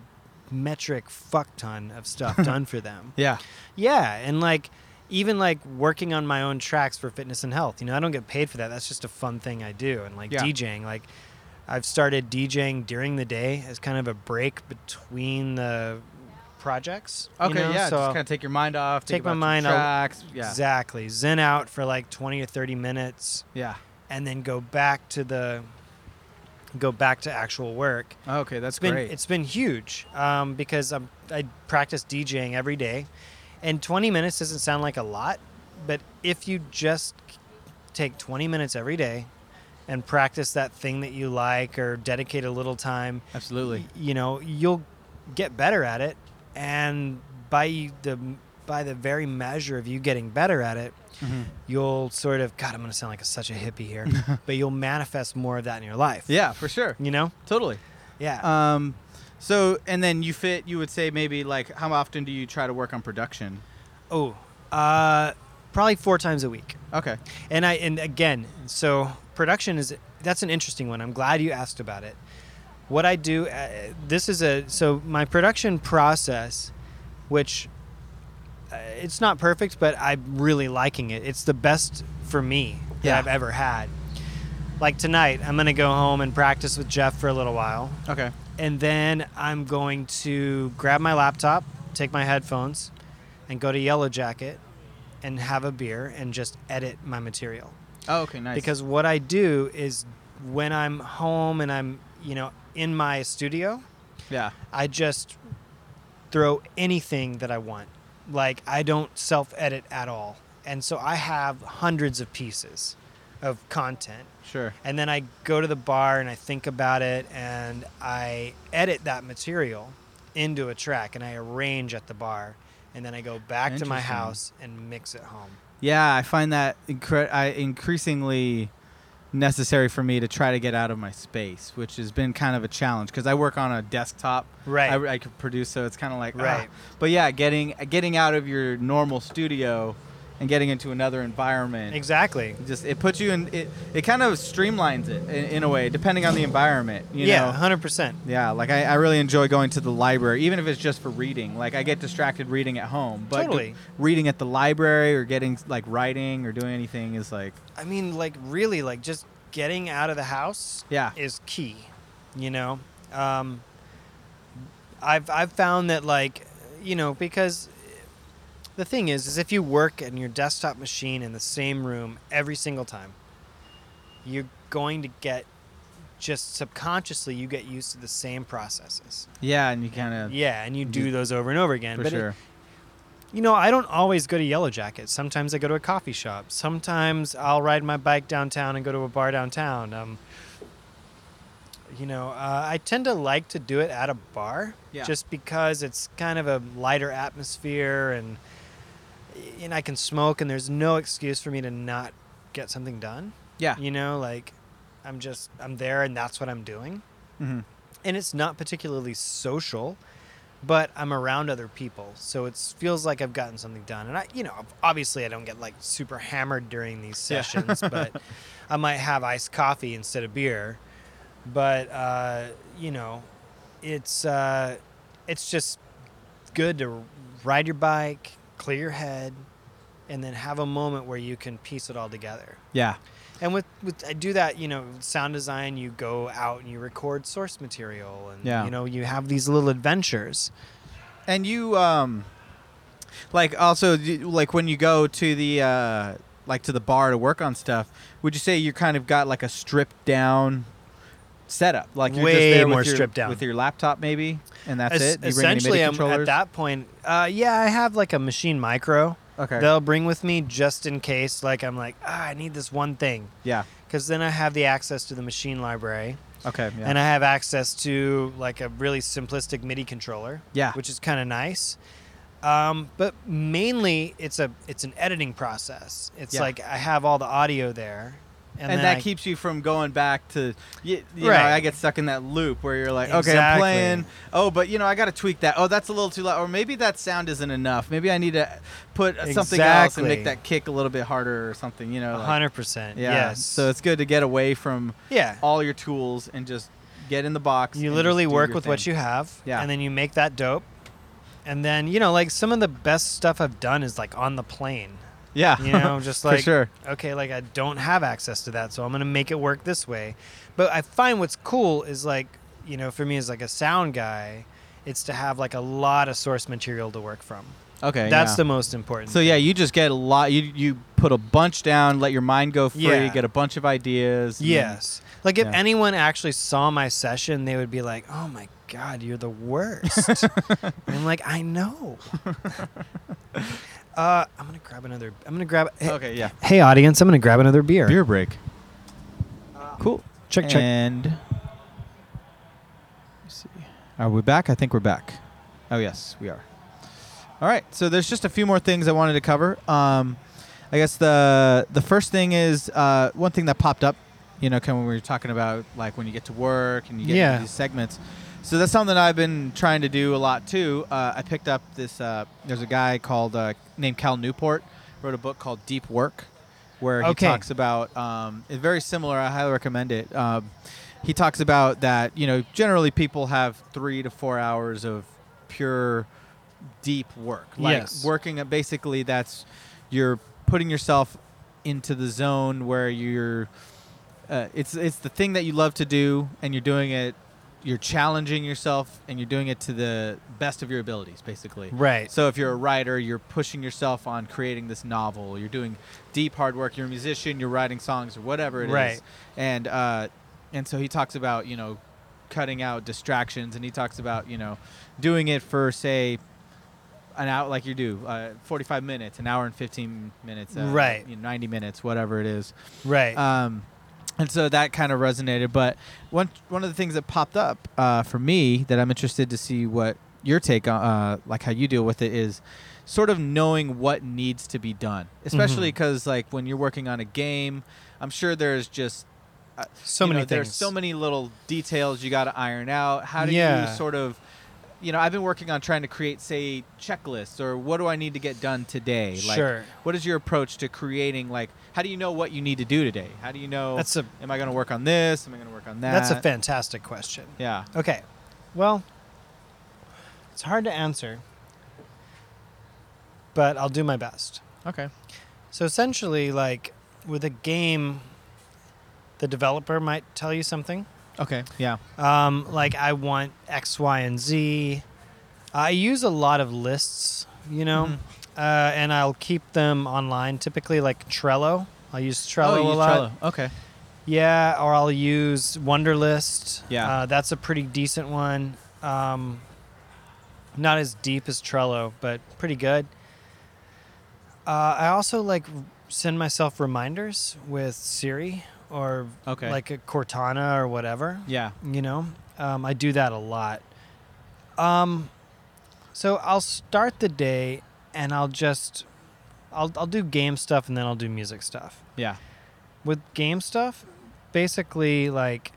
Speaker 2: metric fuck ton of stuff done for them.
Speaker 1: Yeah.
Speaker 2: Yeah, and like even like working on my own tracks for fitness and health. You know, I don't get paid for that. That's just a fun thing I do. And like
Speaker 1: Yeah.
Speaker 2: DJing, like I've started DJing during the day as kind of a break between the projects. you
Speaker 1: Okay.
Speaker 2: know?
Speaker 1: yeah.
Speaker 2: so
Speaker 1: just kind of take your mind off.
Speaker 2: take
Speaker 1: think
Speaker 2: my
Speaker 1: about your
Speaker 2: mind out-
Speaker 1: Tracks. Yeah.
Speaker 2: exactly zen out for like 20 or 30 minutes
Speaker 1: Yeah.
Speaker 2: and then go back to the go back to actual work.
Speaker 1: Okay. That's
Speaker 2: It's been
Speaker 1: great.
Speaker 2: it's been huge um, because I'm, I practice DJing every day, and 20 minutes doesn't sound like a lot, but if you just take 20 minutes every day and practice that thing that you like or dedicate a little time,
Speaker 1: Absolutely.
Speaker 2: you know you'll get better at it, and by the by the very measure of you getting better at it,
Speaker 1: Mhm.
Speaker 2: you'll sort of God, I'm gonna sound like such a hippie here, but you'll manifest more of that in your life.
Speaker 1: Yeah. For sure.
Speaker 2: you know,
Speaker 1: Totally.
Speaker 2: yeah.
Speaker 1: Um. So and then you fit. You would say maybe like how often do you try to work on production?
Speaker 2: Oh, uh, probably four times a week.
Speaker 1: Okay.
Speaker 2: And I and again, so production is that's an interesting one. I'm glad you asked about it. What I do uh, this is a so my production process which uh, it's not perfect, but I'm really liking it. It's the best for me that
Speaker 1: Yeah.
Speaker 2: I've ever had. Like tonight, I'm going to go home and practice with Jeff for a little while
Speaker 1: Okay.
Speaker 2: and then I'm going to grab my laptop, take my headphones, and go to Yellow Jacket and have a beer and just edit my material.
Speaker 1: Oh, okay. Nice.
Speaker 2: Because what I do is when I'm home and I'm, you know, in my studio,
Speaker 1: yeah.
Speaker 2: I just throw anything that I want. Like I don't self edit at all. And so I have hundreds of pieces of content
Speaker 1: Sure.
Speaker 2: and then I go to the bar and I think about it and I edit that material into a track and I arrange at the bar and then I go back to my
Speaker 1: Interesting.
Speaker 2: house and mix it home.
Speaker 1: Yeah, I find that incre- I, increasingly necessary for me to try to get out of my space, which has been kind of a challenge because I work on a desktop.
Speaker 2: Right.
Speaker 1: I, I could produce, so it's kind of like ah.
Speaker 2: Right.
Speaker 1: But yeah, getting getting out of your normal studio and getting into another environment.
Speaker 2: Exactly.
Speaker 1: Just it puts you in it. It kind of streamlines it in, in a way, depending on the environment. You
Speaker 2: yeah,
Speaker 1: know?
Speaker 2: 100%.
Speaker 1: Yeah, like I, I really enjoy going to the library, even if it's just for reading. Like I get distracted reading at home, but
Speaker 2: Totally.
Speaker 1: reading at the library or getting like writing or doing anything is like,
Speaker 2: I mean, like, really, like, just getting out of the house
Speaker 1: yeah,
Speaker 2: is key, you know? Um, I've, I've found that, like, you know, because the thing is, is if you work in your desktop machine in the same room every single time, you're going to get just subconsciously you get used to the same processes.
Speaker 1: yeah, and you kind of
Speaker 2: Yeah, and you
Speaker 1: You-
Speaker 2: do those over and over again.
Speaker 1: for
Speaker 2: but it-
Speaker 1: sure,
Speaker 2: you know, I don't always go to Yellow Jacket. Sometimes I go to a coffee shop. Sometimes I'll ride my bike downtown and go to a bar downtown. Um, you know, uh, I tend to like to do it at a bar
Speaker 1: Yeah.
Speaker 2: just because it's kind of a lighter atmosphere and and I can smoke and there's no excuse for me to not get something done.
Speaker 1: yeah,
Speaker 2: You know, like I'm just I'm there and that's what I'm doing
Speaker 1: hmm
Speaker 2: and it's not particularly social but i'm around other people so it feels like i've gotten something done and i you know obviously i don't get like super hammered during these
Speaker 1: Yeah.
Speaker 2: sessions but i might have iced coffee instead of beer but uh, you know it's uh, it's just good to ride your bike clear your head and then have a moment where you can piece it all together
Speaker 1: yeah,
Speaker 2: and with, with I do that, you know, sound design, you go out and you record source material and
Speaker 1: Yeah.
Speaker 2: you know, you have these little adventures.
Speaker 1: and you um, like also you- like when you go to the uh, like to the bar to work on stuff, would you say you kind of got like a stripped down setup, like you're just
Speaker 2: Way
Speaker 1: there
Speaker 2: more
Speaker 1: with your,
Speaker 2: stripped down.
Speaker 1: with your laptop maybe, and that's
Speaker 2: Es-
Speaker 1: it. You bring any MIDI
Speaker 2: essentially I'm at
Speaker 1: controllers?
Speaker 2: that point, uh, yeah, I have like a machine micro.
Speaker 1: Okay.
Speaker 2: They'll bring with me just in case like I'm like, ah, I need this one thing
Speaker 1: yeah.
Speaker 2: cuz then I have the access to the machine library
Speaker 1: Okay. Yeah.
Speaker 2: and I have access to like a really simplistic MIDI controller.
Speaker 1: Yeah.
Speaker 2: which is kind of nice. Um, but mainly, it's a it's an editing process. It's
Speaker 1: Yeah.
Speaker 2: like I have all the audio there,
Speaker 1: and,
Speaker 2: then
Speaker 1: that
Speaker 2: I-
Speaker 1: keeps you from going back to you, you know
Speaker 2: Right.
Speaker 1: i get stuck in that loop where you're like okay i'm
Speaker 2: Exactly.
Speaker 1: playing oh but you know i gotta tweak that oh that's a little too loud or maybe that sound isn't enough maybe i need to put something else and
Speaker 2: Exactly.
Speaker 1: make that kick a little bit harder or something you know
Speaker 2: a
Speaker 1: like-
Speaker 2: hundred percent.
Speaker 1: yeah
Speaker 2: Yes.
Speaker 1: so it's good to get away from
Speaker 2: yeah,
Speaker 1: all your tools and just get in the box
Speaker 2: you
Speaker 1: and
Speaker 2: literally
Speaker 1: just do
Speaker 2: work
Speaker 1: your
Speaker 2: with what
Speaker 1: thing.
Speaker 2: you have,
Speaker 1: Yeah.
Speaker 2: and then you make that dope. And then you know, like some of the best stuff I've done is like on the plane.
Speaker 1: yeah
Speaker 2: You know, just like
Speaker 1: for sure
Speaker 2: okay, like I don't have access to that, so I'm gonna make it work this way. But I find what's cool is like, you know, for me as like a sound guy, it's to have like a lot of source material to work from.
Speaker 1: okay
Speaker 2: That's
Speaker 1: yeah.
Speaker 2: the most important.
Speaker 1: so yeah you just get a lot you you put a bunch down let your mind go free
Speaker 2: Yeah.
Speaker 1: get a bunch of ideas and then-
Speaker 2: yes. Like if
Speaker 1: yeah.
Speaker 2: anyone actually saw my session, they would be like, "Oh my god, you're the worst." And I'm like, "I know." uh, I'm gonna grab another. I'm gonna grab. Hey,
Speaker 1: okay yeah
Speaker 2: hey, audience, I'm gonna grab another beer.
Speaker 1: beer break cool
Speaker 2: Check, check.
Speaker 1: Um, And let's see. are we back? I think we're back. Oh yes, we are. All right. So there's just a few more things I wanted to cover. Um, I guess the the first thing is uh, one thing that popped up. You know, kind of when we were talking about like when you get to work and you get into
Speaker 2: Yeah.
Speaker 1: these segments. So that's something I've been trying to do a lot too. Uh, I picked up this. Uh, there's a guy called uh, named Cal Newport wrote a book called Deep Work, where he
Speaker 2: Okay.
Speaker 1: talks about um, it's very similar. I highly recommend it. Um, he talks about that you know generally people have three to four hours of pure deep work, like
Speaker 2: Yes.
Speaker 1: working at basically that's you're putting yourself into the zone where you're uh, it's it's the thing that you love to do and you're doing it you're challenging yourself and you're doing it to the best of your abilities basically
Speaker 2: Right.
Speaker 1: so if you're a writer you're pushing yourself on creating this novel you're doing deep hard work you're a musician you're writing songs or whatever it is
Speaker 2: Right.
Speaker 1: and uh, and so he talks about you know cutting out distractions and he talks about you know doing it for say an hour like you do uh, 45 minutes an hour and 15 minutes uh,
Speaker 2: Right.
Speaker 1: you know, 90 minutes whatever it is
Speaker 2: Right.
Speaker 1: um, and so that kind of resonated. But one one of the things that popped up uh, for me that I'm interested to see what your take on, uh, like how you deal with it, is sort of knowing what needs to be done, especially because like when you're working on a game, I'm sure there's just uh,
Speaker 2: So
Speaker 1: you know,
Speaker 2: many
Speaker 1: There's
Speaker 2: things.
Speaker 1: so many little details you got to iron out. How do
Speaker 2: Yeah.
Speaker 1: you sort of you know, I've been working on trying to create, say, checklists or what do I need to get done today?
Speaker 2: Sure.
Speaker 1: Like, what is your approach to creating, like, how do you know what you need to do today? How do you know,
Speaker 2: That's a-
Speaker 1: am I going to work on this? Am I going to work on that?
Speaker 2: That's a fantastic question.
Speaker 1: Yeah.
Speaker 2: Okay. Well, it's hard to answer, but I'll do my best.
Speaker 1: Okay.
Speaker 2: So essentially, like with a game, the developer might tell you something.
Speaker 1: Okay. Yeah.
Speaker 2: Um, like I want X, Y, and Z. I use a lot of lists, you know,
Speaker 1: Mhm.
Speaker 2: uh, and I'll keep them online. Typically, like Trello. I'll use Trello
Speaker 1: oh, you
Speaker 2: a
Speaker 1: use
Speaker 2: lot.
Speaker 1: Trello. Okay.
Speaker 2: Yeah, or I'll use Wonderlist.
Speaker 1: Yeah.
Speaker 2: uh, that's a pretty decent one. Um, not as deep as Trello, but pretty good. Uh, I also like send myself reminders with Siri or
Speaker 1: Okay.
Speaker 2: like a Cortana or whatever.
Speaker 1: yeah.
Speaker 2: You know, um, I do that a lot. Um, so I'll start the day and I'll just, I'll I'll do game stuff and then I'll do music stuff
Speaker 1: Yeah.
Speaker 2: with game stuff, basically like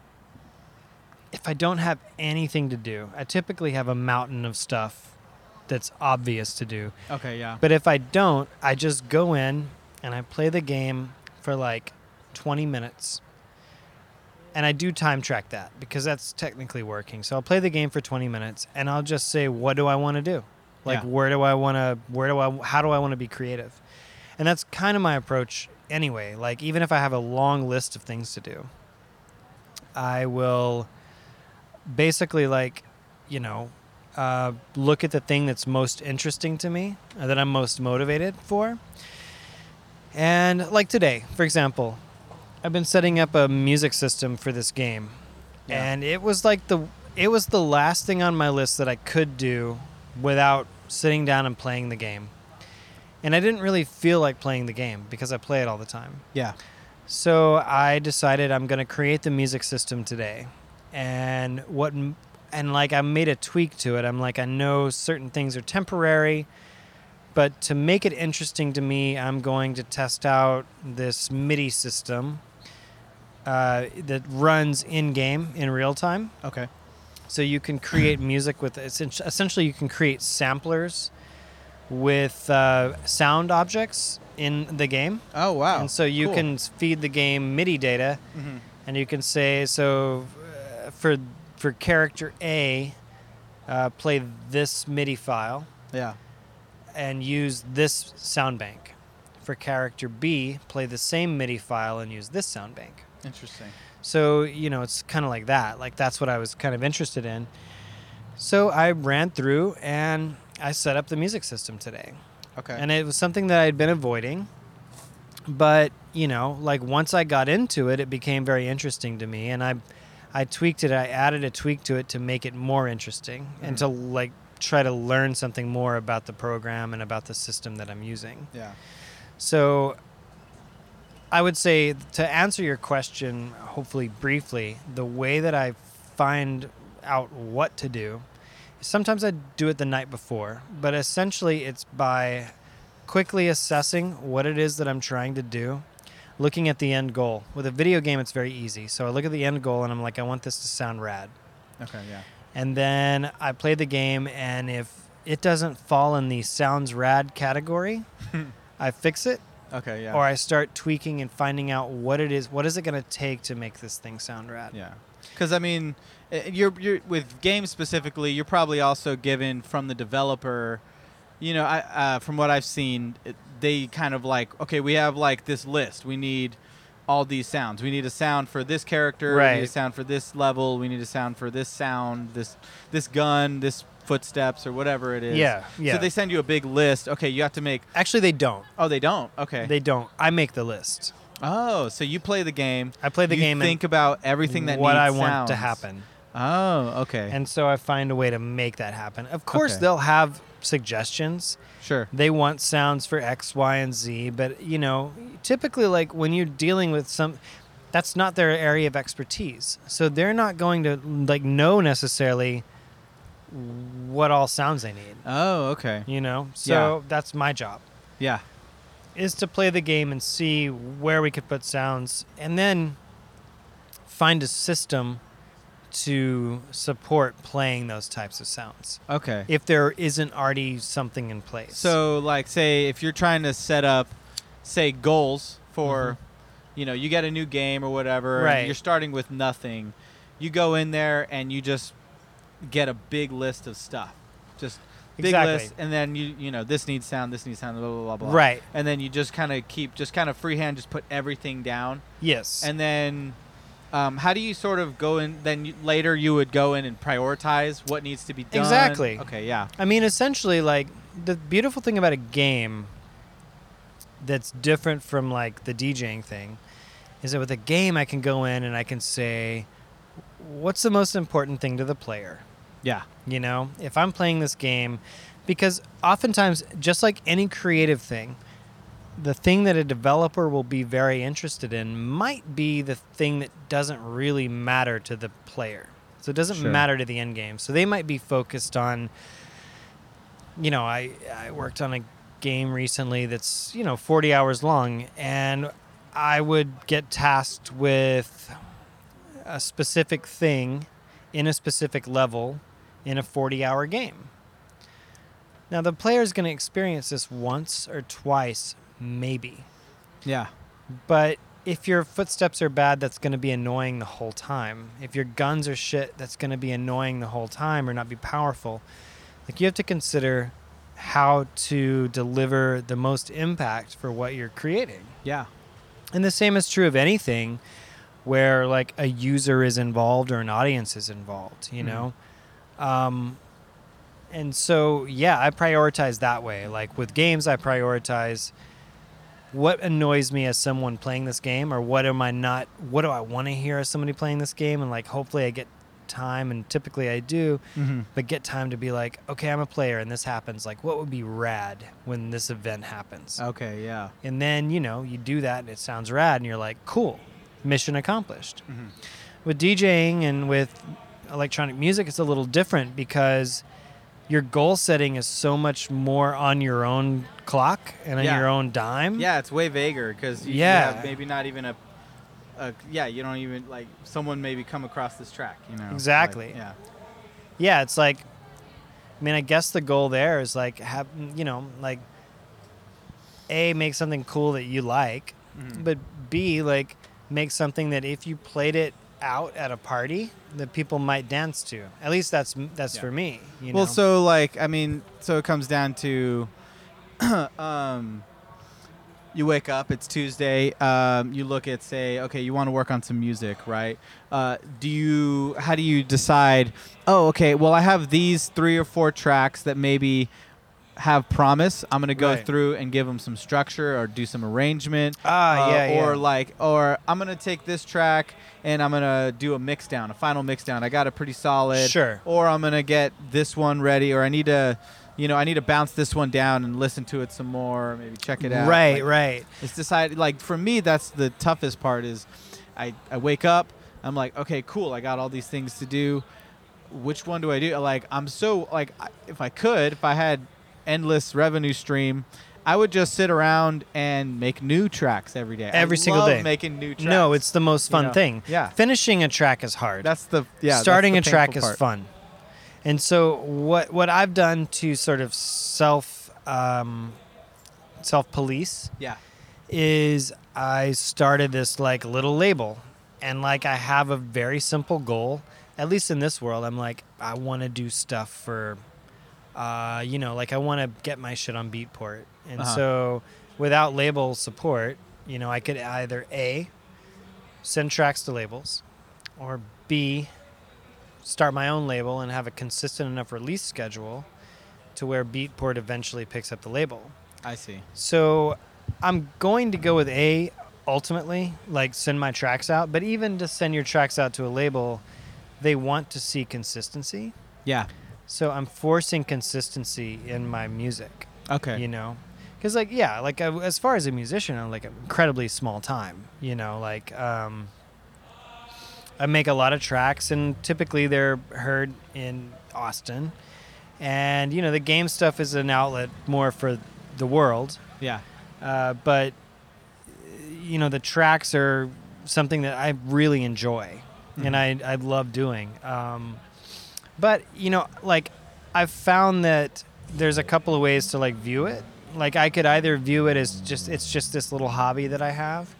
Speaker 2: if I don't have anything to do, I typically have a mountain of stuff that's obvious to do.
Speaker 1: Okay. Yeah.
Speaker 2: But if I don't, I just go in and I play the game for like 20 minutes. And I do time track that because that's technically working. So I'll play the game for 20 minutes and I'll just say what do I want to do? Like
Speaker 1: Yeah.
Speaker 2: where do I want to where do I how do I want to be creative? And that's kind of my approach anyway. Like even if I have a long list of things to do, I will basically like, you know, uh, look at the thing that's most interesting to me uh, that I'm most motivated for. And like today, for example, I've been setting up a music system for this game.
Speaker 1: Yeah.
Speaker 2: And it was like the it was the last thing on my list that I could do without sitting down and playing the game. And I didn't really feel like playing the game because I play it all the time.
Speaker 1: Yeah.
Speaker 2: So I decided I'm going to create the music system today. And what m- and like I made a tweak to it. I'm like I know certain things are temporary, but to make it interesting to me, I'm going to test out this MIDI system uh, that runs in game in real time.
Speaker 1: Okay.
Speaker 2: So you can create music with essen- essentially you can create samplers with uh, sound objects in the game.
Speaker 1: Oh, wow.
Speaker 2: And so you
Speaker 1: Cool.
Speaker 2: can feed the game MIDI data,
Speaker 1: Mhm.
Speaker 2: and you can say so uh, for for character A, uh, play this MIDI file
Speaker 1: Yeah.
Speaker 2: and use this sound bank. For character B, play the same MIDI file and use this sound bank.
Speaker 1: Interesting.
Speaker 2: So, you know, it's kind of like that. Like, that's what I was kind of interested in. So I ran through and I set up the music system today.
Speaker 1: Okay.
Speaker 2: And it was something that I had been avoiding. But, you know, like once I got into it, it became very interesting to me. And I, I tweaked it. I added a tweak to it to make it more interesting and
Speaker 1: Mhm.
Speaker 2: to like try to learn something more about the program and about the system that I'm using.
Speaker 1: yeah.
Speaker 2: So I would say to answer your question, hopefully briefly, the way that I find out what to do, sometimes I do it the night before, but essentially it's by quickly assessing what it is that I'm trying to do, looking at the end goal. With a video game, it's very easy. So I look at the end goal and I'm like, I want this to sound rad
Speaker 1: Okay. Yeah.
Speaker 2: and then I play the game, and if it doesn't fall in the sounds rad category, I fix it,
Speaker 1: Okay. Yeah.
Speaker 2: or I start tweaking and finding out what it is. What is it going to take to make this thing sound rad?
Speaker 1: Yeah, because I mean, eh, you're you're with games specifically. You're probably also given from the developer. You know, I uh, from what I've seen, it- they kind of like okay, we have like this list. We need all these sounds. We need a sound for this character. We need a
Speaker 2: Right.
Speaker 1: sound for this level. We need a sound for this sound. This this gun. This footsteps or whatever it is.
Speaker 2: Yeah, yeah.
Speaker 1: So they send you a big list. Okay, you have to make.
Speaker 2: Actually, they don't.
Speaker 1: Oh, they don't. Okay.
Speaker 2: They don't. I make the list.
Speaker 1: oh, so you play the game.
Speaker 2: I play the
Speaker 1: you
Speaker 2: game and
Speaker 1: Think about everything that
Speaker 2: what
Speaker 1: needs
Speaker 2: I want to
Speaker 1: sounds.
Speaker 2: happen.
Speaker 1: Oh, okay.
Speaker 2: And so I find a way to make that happen. Of course,
Speaker 1: Okay.
Speaker 2: they'll have suggestions.
Speaker 1: Sure.
Speaker 2: They want sounds for X, Y, and Z, but you know, typically, like when you're dealing with some, that's not their area of expertise. So they're not going to like know necessarily what all sounds they need.
Speaker 1: Oh, okay.
Speaker 2: You know, so that's my job
Speaker 1: Yeah.
Speaker 2: is to play the game and see where we could put sounds and then find a system to support playing those types of sounds
Speaker 1: Okay.
Speaker 2: if there isn't already something in place.
Speaker 1: So, like, say if you're trying to set up, say, goals for, you know, you get a new game or whatever, and
Speaker 2: Mm-hmm. Right.
Speaker 1: you're starting with nothing. You go in there and you just get a big list of stuff, just big
Speaker 2: Exactly.
Speaker 1: list, and then you you know this needs sound, this needs sound, blah blah blah. blah.
Speaker 2: right.
Speaker 1: And then you just kind of keep just kind of freehand, just put everything down,
Speaker 2: Yes.
Speaker 1: and then. Um, how do you sort of go in? Then you, later you would go in and prioritize what needs to be done.
Speaker 2: Exactly.
Speaker 1: Okay. Yeah.
Speaker 2: I mean, essentially, like the beautiful thing about a game that's different from like the DJing thing is that with a game, I can go in and I can say, what's the most important thing to the player?
Speaker 1: Yeah.
Speaker 2: You know, if I'm playing this game, because oftentimes, just like any creative thing, the thing that a developer will be very interested in might be the thing that doesn't really matter to the player. So it doesn't
Speaker 1: Sure.
Speaker 2: matter to the end game. So they might be focused on, you know, I, I worked on a game recently that's, you know, 40 hours long, and I would get tasked with a specific thing in a specific level in a 40 hour game. Now, the player is going to experience this once or twice, maybe.
Speaker 1: Yeah.
Speaker 2: But if your footsteps are bad, that's going to be annoying the whole time. If your guns are shit, that's going to be annoying the whole time or not be powerful. Like, you have to consider how to deliver the most impact for what you're creating.
Speaker 1: Yeah.
Speaker 2: And the same is true of anything where like a user is involved or an audience is involved, you
Speaker 1: Mhm.
Speaker 2: know? Um, and so, yeah, I prioritize that way. Like with games, I prioritize what annoys me as someone playing this game or what am I not, what do I want to hear as somebody playing this game? And like, hopefully I get time and typically I do,
Speaker 1: Mm-hmm.
Speaker 2: but get time to be like, okay, I'm a player and this happens. Like, what would be rad when this event happens?
Speaker 1: Okay. Yeah.
Speaker 2: And then, you know, you do that and it sounds rad and you're like, cool, mission accomplished.
Speaker 1: Mhm.
Speaker 2: With DJing and with electronic music, it's a little different because your goal setting is so much more on your own clock and on
Speaker 1: Yeah.
Speaker 2: your own dime.
Speaker 1: Yeah, it's way vaguer because you, you
Speaker 2: Yeah.
Speaker 1: have maybe not even a, a. Yeah, you don't even like someone maybe come across this track. You know. like,
Speaker 2: Exactly.
Speaker 1: yeah.
Speaker 2: Yeah, it's like, I mean, I guess the goal there is like, have, you know, like, A, make something cool that you like,
Speaker 1: Mhm.
Speaker 2: but B, like, make something that if you played it out at a party, that people might dance to. At least that's that's
Speaker 1: Yeah.
Speaker 2: for me. You
Speaker 1: well,
Speaker 2: know?
Speaker 1: so like I mean, so it comes down to, um, you wake up. It's Tuesday. Um, you look at say, okay, you want to work on some music, right? Uh, do you? How do you decide? Oh, okay. Well, I have these three or four tracks that maybe have promise. I'm gonna go
Speaker 2: Right.
Speaker 1: through and give them some structure or do some arrangement.
Speaker 2: ah,
Speaker 1: Uh,
Speaker 2: yeah, yeah.
Speaker 1: or like or i'm gonna take this track and i'm gonna do a mix down a final mix down i got a pretty solid
Speaker 2: Sure.
Speaker 1: or i'm gonna get this one ready or i need to you know i need to bounce this one down and listen to it some more maybe check it out
Speaker 2: right,
Speaker 1: Like,
Speaker 2: right.
Speaker 1: it's decided like for me that's the toughest part is i i wake up i'm like okay cool i got all these things to do which one do i do like i'm so like I- if i could if i had endless revenue stream i would just sit around and make new tracks every day I
Speaker 2: Every single
Speaker 1: love
Speaker 2: day.
Speaker 1: making new tracks
Speaker 2: No, it's the most
Speaker 1: you
Speaker 2: fun
Speaker 1: know?
Speaker 2: thing.
Speaker 1: yeah
Speaker 2: Finishing a track is hard.
Speaker 1: that's the yeah that's
Speaker 2: starting
Speaker 1: the
Speaker 2: a track
Speaker 1: painful
Speaker 2: is
Speaker 1: part.
Speaker 2: fun and so what what i've done to sort of self um, self police
Speaker 1: Yeah.
Speaker 2: is I started this like little label and like I have a very simple goal. At least in this world, I'm like I want to do stuff for uh you know, like I want to get my shit on Beatport. And
Speaker 1: Uh-huh.
Speaker 2: so without label support, you know, I could either A send tracks to labels or B start my own label and have a consistent enough release schedule to where Beatport eventually picks up the label.
Speaker 1: I see.
Speaker 2: So I'm going to go with A ultimately, like send my tracks out. But even to send your tracks out to a label, they want to see consistency.
Speaker 1: Yeah.
Speaker 2: So I'm forcing consistency in my music,
Speaker 1: Okay.
Speaker 2: you know? Because, like, yeah, like I, as far as a musician, I'm like incredibly small time, you know? Like, um, I make a lot of tracks, and typically they're heard in Austin. And, you know, the game stuff is an outlet more for the world
Speaker 1: Yeah.
Speaker 2: uh, but you know the tracks are something that I really enjoy and I, I love doing. Um, but you know, like I've found that there's a couple of ways to like view it. Like I could either view it as just it's just this little hobby that I have,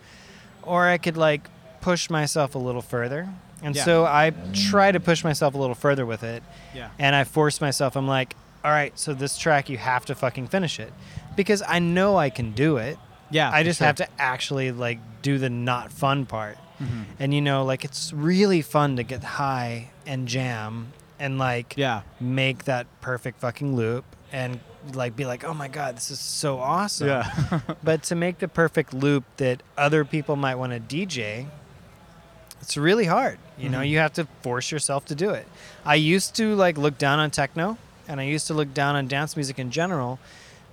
Speaker 2: or I could like push myself a little further. And
Speaker 1: Yeah.
Speaker 2: so I try to push myself a little further with it
Speaker 1: Yeah.
Speaker 2: and I force myself. I'm like, all right, so this track you have to fucking finish it because I know I can do it.
Speaker 1: Yeah.
Speaker 2: I just have to actually like do the not fun part.
Speaker 1: hmm
Speaker 2: And you know, like it's really fun to get high and jam and like
Speaker 1: Yeah.
Speaker 2: make that perfect fucking loop and like be like, "Oh my god, this is so awesome."
Speaker 1: Yeah.
Speaker 2: But to make the perfect loop that other people might want to DJ, it's really hard. You know,
Speaker 1: Mhm.
Speaker 2: you have to force yourself to do it. I used to like look down on techno and I used to look down on dance music in general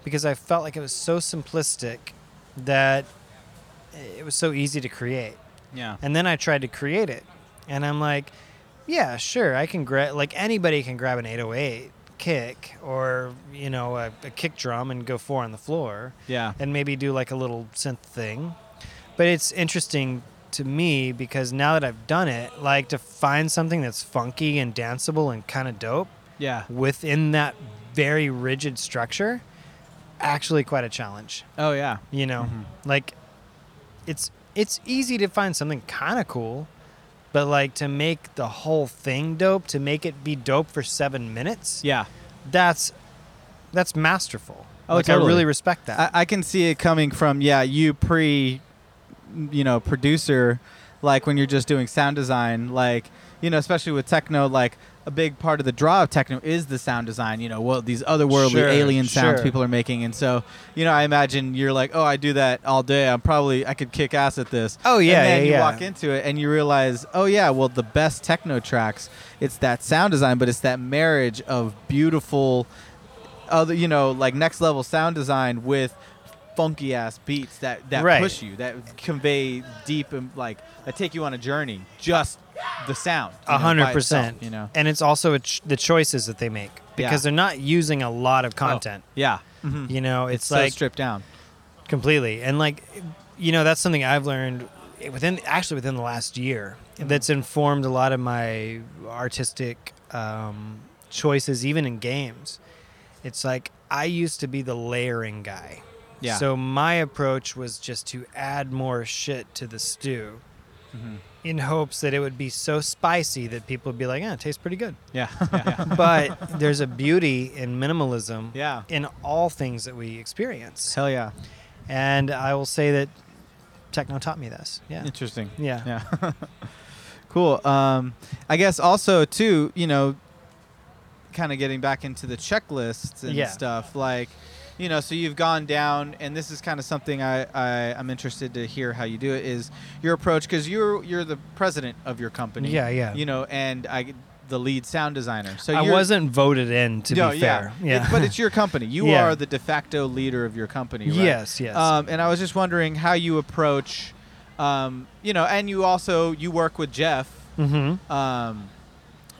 Speaker 2: because I felt like it was so simplistic that it was so easy to create.
Speaker 1: yeah.
Speaker 2: And then I tried to create it. And I'm like, yeah, sure, I can grab, like anybody can grab an 808 kick or, you know, a, a kick drum and go four on the floor
Speaker 1: Yeah.
Speaker 2: and maybe do like a little synth thing. But it's interesting to me because now that I've done it, like to find something that's funky and danceable and kind of dope
Speaker 1: Yeah.
Speaker 2: within that very rigid structure, actually quite a challenge.
Speaker 1: Oh yeah.
Speaker 2: You know,
Speaker 1: Mhm.
Speaker 2: like it's it's easy to find something kind of cool, but like to make the whole thing dope, to make it be dope for seven minutes,
Speaker 1: Yeah.
Speaker 2: that's that's masterful.
Speaker 1: Oh,
Speaker 2: like I
Speaker 1: totally.
Speaker 2: really respect that.
Speaker 1: I, I can see it coming from yeah you pre, you know producer, like when you're just doing sound design like you know especially with techno like a big part of the draw of techno is the sound design you know well these otherworldly
Speaker 2: Sure,
Speaker 1: alien sounds
Speaker 2: sure.
Speaker 1: people are making and so you know I imagine you're like oh I do that all day I'm probably I could kick ass at this
Speaker 2: Oh, yeah,
Speaker 1: and then
Speaker 2: yeah,
Speaker 1: you
Speaker 2: yeah.
Speaker 1: walk into it and you realize oh yeah well the best techno tracks it's that sound design but it's that marriage of beautiful other you know like next level sound design with funky ass beats that that
Speaker 2: Right.
Speaker 1: push you that convey deep and like that take you on a journey just the sound you
Speaker 2: A
Speaker 1: know, by
Speaker 2: hundred
Speaker 1: itself,
Speaker 2: percent.
Speaker 1: you know
Speaker 2: and it's also a ch- the choices that they make because
Speaker 1: Yeah.
Speaker 2: they're not using a lot of content.
Speaker 1: yeah Mhm.
Speaker 2: You know, it's,
Speaker 1: so
Speaker 2: like
Speaker 1: stripped down
Speaker 2: completely and like, you know, that's something I've learned within actually within the last year
Speaker 1: Mm-hmm.
Speaker 2: that's informed a lot of my artistic um, choices, even in games. It's like I used to be the layering guy.
Speaker 1: yeah
Speaker 2: So my approach was just to add more shit to the stew.
Speaker 1: Mhm.
Speaker 2: In hopes that it would be so spicy that people would be like, "Yeah, it tastes pretty good."
Speaker 1: yeah yeah
Speaker 2: but there's a beauty in minimalism
Speaker 1: yeah
Speaker 2: in all things that we experience.
Speaker 1: hell yeah
Speaker 2: And I will say that techno taught me this. Yeah.
Speaker 1: interesting
Speaker 2: Yeah.
Speaker 1: yeah cool um i guess also too you know kind of getting back into the checklists and
Speaker 2: Yeah.
Speaker 1: stuff like you know so you've gone down and this is kind of something I, I i'm interested to hear how you do it is your approach because you're you're the president of your company
Speaker 2: Yeah, yeah.
Speaker 1: you know and i the lead sound designer so
Speaker 2: I
Speaker 1: you're-
Speaker 2: wasn't voted in to
Speaker 1: no,
Speaker 2: be fair.
Speaker 1: yeah, It- but it's your company you
Speaker 2: Yeah.
Speaker 1: are the de facto leader of your company right?
Speaker 2: Yes, yes.
Speaker 1: Um, and I was just wondering how you approach, um, you know, and you also you work with Jeff
Speaker 2: mm-hmm.
Speaker 1: um,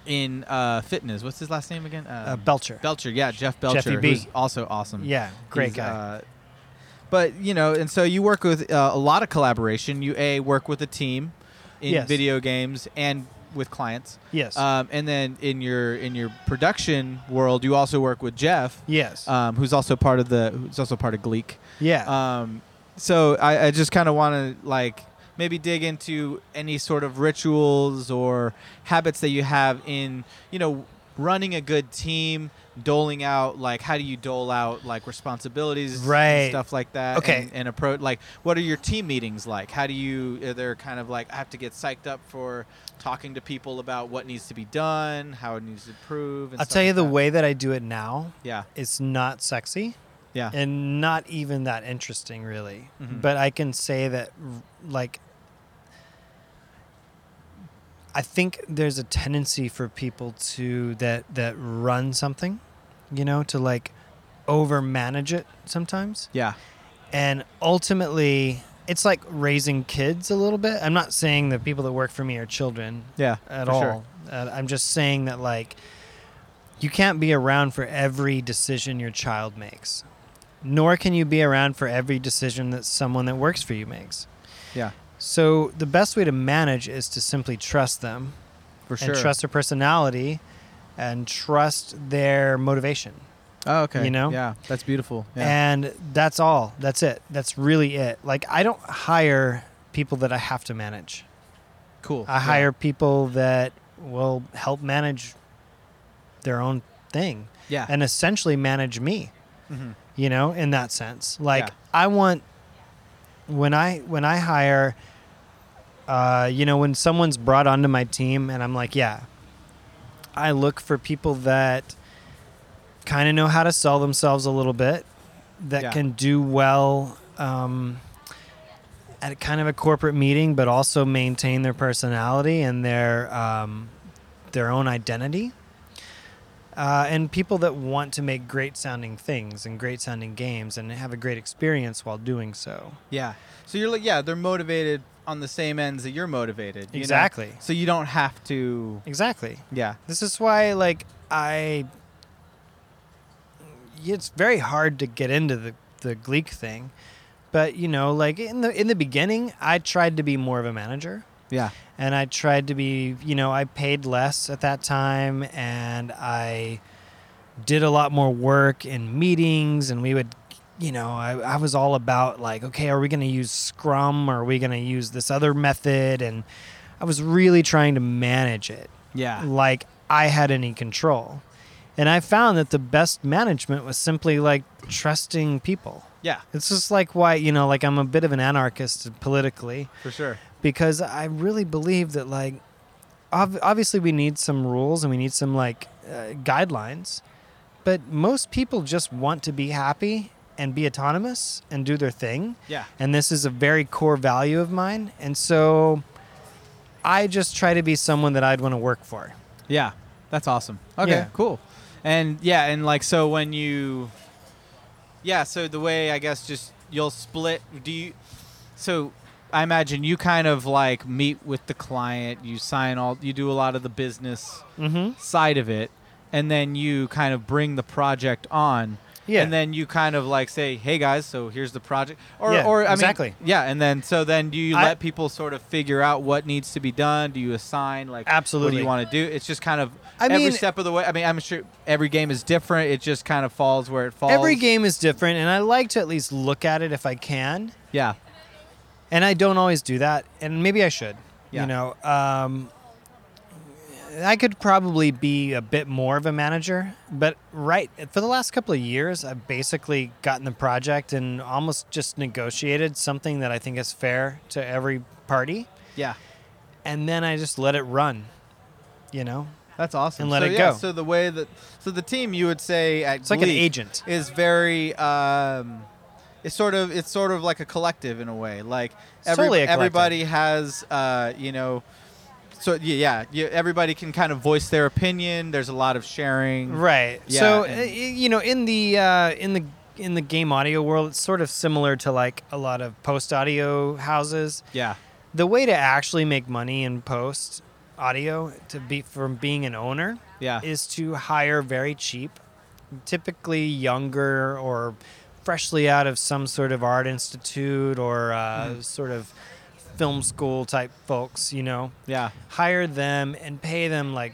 Speaker 1: in uh, fitness. What's his last name again? Um,
Speaker 2: Uh, Belcher.
Speaker 1: Belcher. Yeah, Jeff Belcher,
Speaker 2: Jeffy B.
Speaker 1: who's also awesome.
Speaker 2: yeah, great
Speaker 1: He's,
Speaker 2: guy.
Speaker 1: Uh, but you know, and so you work with uh, a lot of collaboration. You a work with a team in
Speaker 2: Yes.
Speaker 1: video games and with clients.
Speaker 2: Yes.
Speaker 1: Um, and then in your in your production world, you also work with Jeff,
Speaker 2: yes.
Speaker 1: um, who's also part of the who's also part of Gleek.
Speaker 2: yeah.
Speaker 1: Um, so I, I just kind of want to like maybe dig into any sort of rituals or habits that you have in you know running a good team, doling out like how do you dole out like responsibilities, and
Speaker 2: Right.
Speaker 1: stuff like that.
Speaker 2: Okay.
Speaker 1: and, and approach like what are your team meetings like? How do you are there kind of like I have to get psyched up for talking to people about what needs to be done, how it needs to improve. And
Speaker 2: I'll
Speaker 1: stuff
Speaker 2: tell you
Speaker 1: like
Speaker 2: the
Speaker 1: that.
Speaker 2: way that I do it now.
Speaker 1: Yeah,
Speaker 2: It's not sexy.
Speaker 1: yeah,
Speaker 2: and not even that interesting really
Speaker 1: Mhm.
Speaker 2: but i can say that r- like i think there's a tendency for people to that that run something you know to like over manage it sometimes
Speaker 1: yeah,
Speaker 2: and ultimately it's like raising kids a little bit i'm not saying the people that work for me are children
Speaker 1: yeah.
Speaker 2: at
Speaker 1: for
Speaker 2: all.
Speaker 1: sure.
Speaker 2: Uh, I'm just saying that like you can't be around for every decision your child makes, nor can you be around for every decision that someone that works for you makes.
Speaker 1: Yeah,
Speaker 2: So the best way to manage is to simply trust them
Speaker 1: for sure.
Speaker 2: and trust their personality and trust their motivation.
Speaker 1: Oh, okay.
Speaker 2: You know?
Speaker 1: Yeah, that's beautiful. Yeah.
Speaker 2: And that's all. That's it. That's really it. Like I don't hire people that I have to manage.
Speaker 1: cool.
Speaker 2: I hire people that will help manage their own thing
Speaker 1: Yeah.
Speaker 2: and essentially manage me,
Speaker 1: Mhm.
Speaker 2: you know, in that sense. Like
Speaker 1: Yeah.
Speaker 2: I want when I when I hire uh, you know, when someone's brought onto my team and I'm like, yeah, I look for people that kind of know how to sell themselves a little bit, that
Speaker 1: Yeah.
Speaker 2: can do well um, at a kind of a corporate meeting, but also maintain their personality and their um, their own identity. Uh, and people that want to make great sounding things and great sounding games and have a great experience while doing so.
Speaker 1: yeah. So you're like, yeah, they're motivated on the same ends that you're motivated. you know?
Speaker 2: Exactly.
Speaker 1: So you don't have to.
Speaker 2: Exactly.
Speaker 1: Yeah.
Speaker 2: This is why, like, I. It's very hard to get into the the Gleek thing, but you know, like in the in the beginning, I tried to be more of a manager,
Speaker 1: Yeah.
Speaker 2: and I tried to be, you know, I paid less at that time, and I did a lot more work in meetings, and we would. You know, I, I was all about like, okay, are we going to use Scrum or are we going to use this other method? And I was really trying to manage it
Speaker 1: Yeah.
Speaker 2: like I had any control. And I found that the best management was simply like trusting people.
Speaker 1: Yeah.
Speaker 2: It's just like why, you know, like I'm a bit of an anarchist politically
Speaker 1: For sure.
Speaker 2: because I really believe that like ob- obviously we need some rules and we need some like uh, guidelines, but most people just want to be happy and be autonomous and do their thing
Speaker 1: Yeah.
Speaker 2: and this is a very core value of mine. And so I just try to be someone that I'd want to work for.
Speaker 1: Yeah. That's awesome. Okay.
Speaker 2: Yeah.
Speaker 1: Cool. And yeah, and like so when you. Yeah. So the way I guess just you'll split. Do you? So. I imagine you kind of like meet with the client, you sign all, you do a lot of the business
Speaker 2: Mm-hmm.
Speaker 1: side of it and then you kind of bring the project on
Speaker 2: Yeah.
Speaker 1: and then you kind of like say hey guys so here's the project or,
Speaker 2: Yeah,
Speaker 1: or I mean,
Speaker 2: exactly.
Speaker 1: yeah and then so then do you
Speaker 2: I-
Speaker 1: let people sort of figure out what needs to be done do you assign like what do
Speaker 2: Absolutely.
Speaker 1: you want to do it's just kind of
Speaker 2: I
Speaker 1: every
Speaker 2: mean-
Speaker 1: step of the way i mean i'm sure every game is different it just kind of falls where it falls
Speaker 2: Every game is different, and I like to at least look at it if I can.
Speaker 1: yeah
Speaker 2: And I don't always do that, and maybe I should.
Speaker 1: Yeah.
Speaker 2: You know, um, I could probably be a bit more of a manager, but right for the last couple of years, I've basically gotten the project and almost just negotiated something that I think is fair to every party.
Speaker 1: yeah
Speaker 2: and then I just let it run, you know?
Speaker 1: that's awesome
Speaker 2: And let
Speaker 1: so,
Speaker 2: it
Speaker 1: yeah,
Speaker 2: go.
Speaker 1: so the way that so the team you would say at
Speaker 2: It's like an
Speaker 1: Gleek
Speaker 2: agent.
Speaker 1: is very um it's sort of it's sort of like a collective in a way like every,
Speaker 2: Totally a collective.
Speaker 1: everybody has uh you know so y- yeah you, everybody can kind of voice their opinion there's a lot of sharing
Speaker 2: Right.
Speaker 1: Yeah,
Speaker 2: so,
Speaker 1: and-
Speaker 2: uh, y- you know, in the uh, in the in the game audio world, it's sort of similar to like a lot of post audio houses.
Speaker 1: yeah
Speaker 2: The way to actually make money in post audio to be from being an owner
Speaker 1: yeah
Speaker 2: is to hire very cheap, typically younger
Speaker 1: Hmm.
Speaker 2: or freshly out of some sort of art institute or uh, sort of film school type folks, you know,
Speaker 1: Yeah.
Speaker 2: hire them and pay them like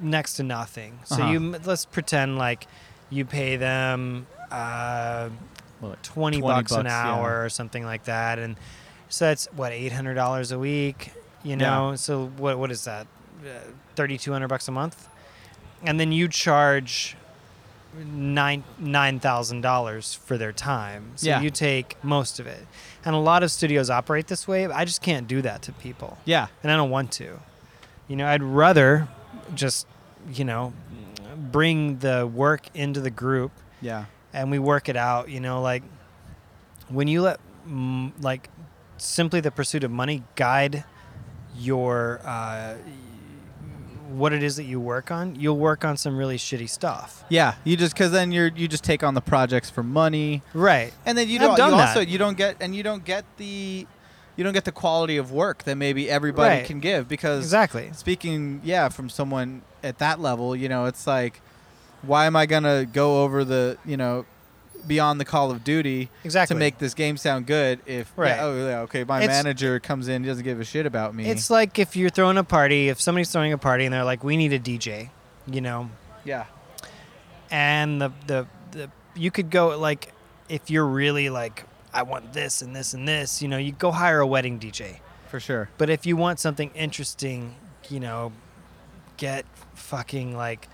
Speaker 2: next to nothing. So
Speaker 1: Uh-huh.
Speaker 2: you let's pretend like you pay them uh,
Speaker 1: Well, like 20
Speaker 2: 20, bucks, an
Speaker 1: bucks, yeah.
Speaker 2: hour or something like that, and so that's what eight hundred dollars a week. You know, so what what is that? Thirty two hundred bucks a month, and then you charge nine nine thousand dollars for their time. So
Speaker 1: Yeah.
Speaker 2: you take most of it, and a lot of studios operate this way. But I just can't do that to people
Speaker 1: yeah.
Speaker 2: and I don't want to. You know, I'd rather just, you know, bring the work into the group
Speaker 1: Yeah.
Speaker 2: and we work it out. You know, like when you let mm, like simply the pursuit of money guide your uh, what it is that you work on, you'll work on some really shitty stuff.
Speaker 1: Yeah. You just because then you're you just take on the projects for money,
Speaker 2: Right.
Speaker 1: and then you
Speaker 2: I've
Speaker 1: don't.
Speaker 2: done
Speaker 1: You
Speaker 2: that.
Speaker 1: also you don't get and you don't get the you don't get the quality of work that maybe everybody
Speaker 2: Right.
Speaker 1: can give because
Speaker 2: Exactly.
Speaker 1: speaking yeah from someone at that level you know it's like why am i gonna go over the you know beyond the call of duty
Speaker 2: Exactly.
Speaker 1: to make this game sound good if
Speaker 2: Right.
Speaker 1: yeah, oh yeah okay my
Speaker 2: It's-
Speaker 1: manager comes in doesn't give a shit about me
Speaker 2: it's like if you're throwing a party, if somebody's throwing a party and they're like, "We need a DJ," you know,
Speaker 1: yeah
Speaker 2: and the, the the you could go like if you're really like I want this and this and this, you know, you go hire a wedding DJ.
Speaker 1: for sure
Speaker 2: But if you want something interesting, you know, get fucking like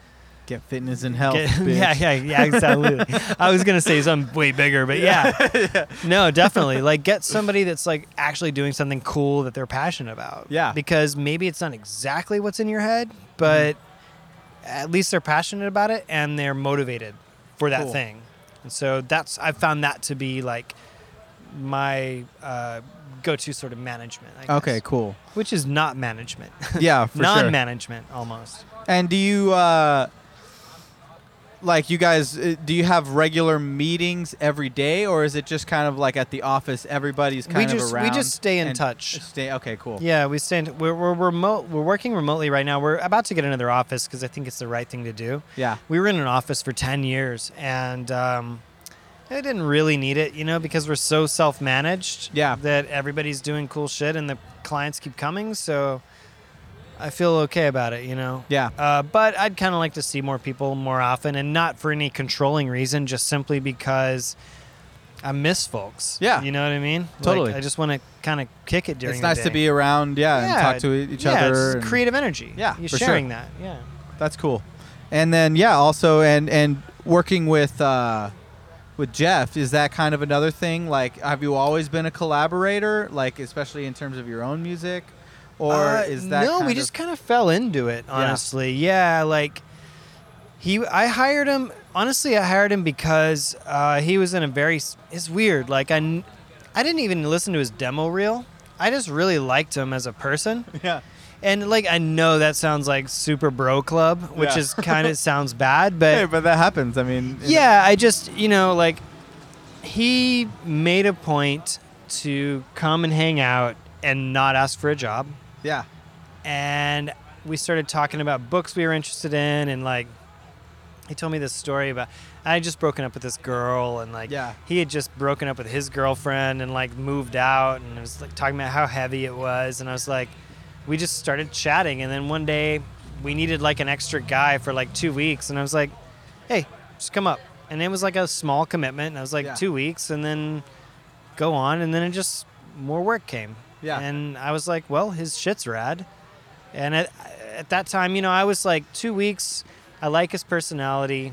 Speaker 1: get fitness and health
Speaker 2: get-
Speaker 1: bitch.
Speaker 2: yeah, yeah, yeah, exactly. I was gonna say something way bigger, but yeah, no, definitely. Like get somebody that's like actually doing something cool that they're passionate about.
Speaker 1: Yeah.
Speaker 2: because maybe it's not exactly what's in your head, but at least they're passionate about it and they're motivated for that
Speaker 1: Cool.
Speaker 2: thing. And so that's I've found that to be like my uh, go-to sort of management. I guess,
Speaker 1: okay cool
Speaker 2: which is not management.
Speaker 1: yeah for sure
Speaker 2: Non-management almost.
Speaker 1: And do you uh like you guys uh, do you have regular meetings every day or is it just kind of like at the office everybody's kind
Speaker 2: we just
Speaker 1: of around?
Speaker 2: we just stay in
Speaker 1: and
Speaker 2: touch.
Speaker 1: Stay okay, cool.
Speaker 2: Yeah, we stand. We're, we're remote. We're working remotely right now. We're about to get another office because I think it's the right thing to do.
Speaker 1: Yeah.
Speaker 2: We were in an office for ten years, and um, I didn't really need it, you know, because we're so self-managed.
Speaker 1: Yeah.
Speaker 2: That everybody's doing cool shit, and the clients keep coming, so I feel okay about it, you know.
Speaker 1: Yeah.
Speaker 2: Uh, but I'd kind of like to see more people more often, and not for any controlling reason, just simply because I miss folks.
Speaker 1: Yeah.
Speaker 2: You know what I mean? Like,
Speaker 1: Totally.
Speaker 2: I just want to kind of kick it during.
Speaker 1: it's
Speaker 2: the
Speaker 1: nice to
Speaker 2: day.
Speaker 1: be around, yeah, and
Speaker 2: Yeah,
Speaker 1: talk to e-, each
Speaker 2: yeah,
Speaker 1: other.
Speaker 2: It's
Speaker 1: and-
Speaker 2: creative energy.
Speaker 1: Yeah,
Speaker 2: You're
Speaker 1: for
Speaker 2: sharing
Speaker 1: sure.
Speaker 2: that. Yeah.
Speaker 1: That's cool. And then yeah, also and and working with uh with Jeff, is that kind of another thing? Like have you always been a collaborator like especially in terms of your own music? Or
Speaker 2: Uh,
Speaker 1: is that
Speaker 2: no?
Speaker 1: kind
Speaker 2: we
Speaker 1: of-
Speaker 2: just kind of fell into it, honestly. Yeah, like he, I hired him. Honestly, I hired him because uh, he was in a very. s- It's weird. Like I, kn- I didn't even listen to his demo reel. I just really liked him as a person.
Speaker 1: yeah.
Speaker 2: And like I know that sounds like super bro club, which
Speaker 1: Yeah.
Speaker 2: is kind of sounds bad, but
Speaker 1: Hey, but that happens. I mean, you know.
Speaker 2: yeah i just you know like he made a point to come and hang out and not ask for a job
Speaker 1: Yeah.
Speaker 2: and we started talking about books we were interested in and like he told me this story about i had just broken up with this girl and like
Speaker 1: Yeah.
Speaker 2: he had just broken up with his girlfriend and like moved out and it was like talking about how heavy it was and i was like we just started chatting and then one day we needed like an extra guy for like two weeks and i was like hey just come up and it was like a small commitment and i was like
Speaker 1: Yeah.
Speaker 2: two weeks and then go on and then it just more work came
Speaker 1: Yeah.
Speaker 2: and i was like well his shit's rad and at, at that time, you know, I was like, two weeks, I like his personality.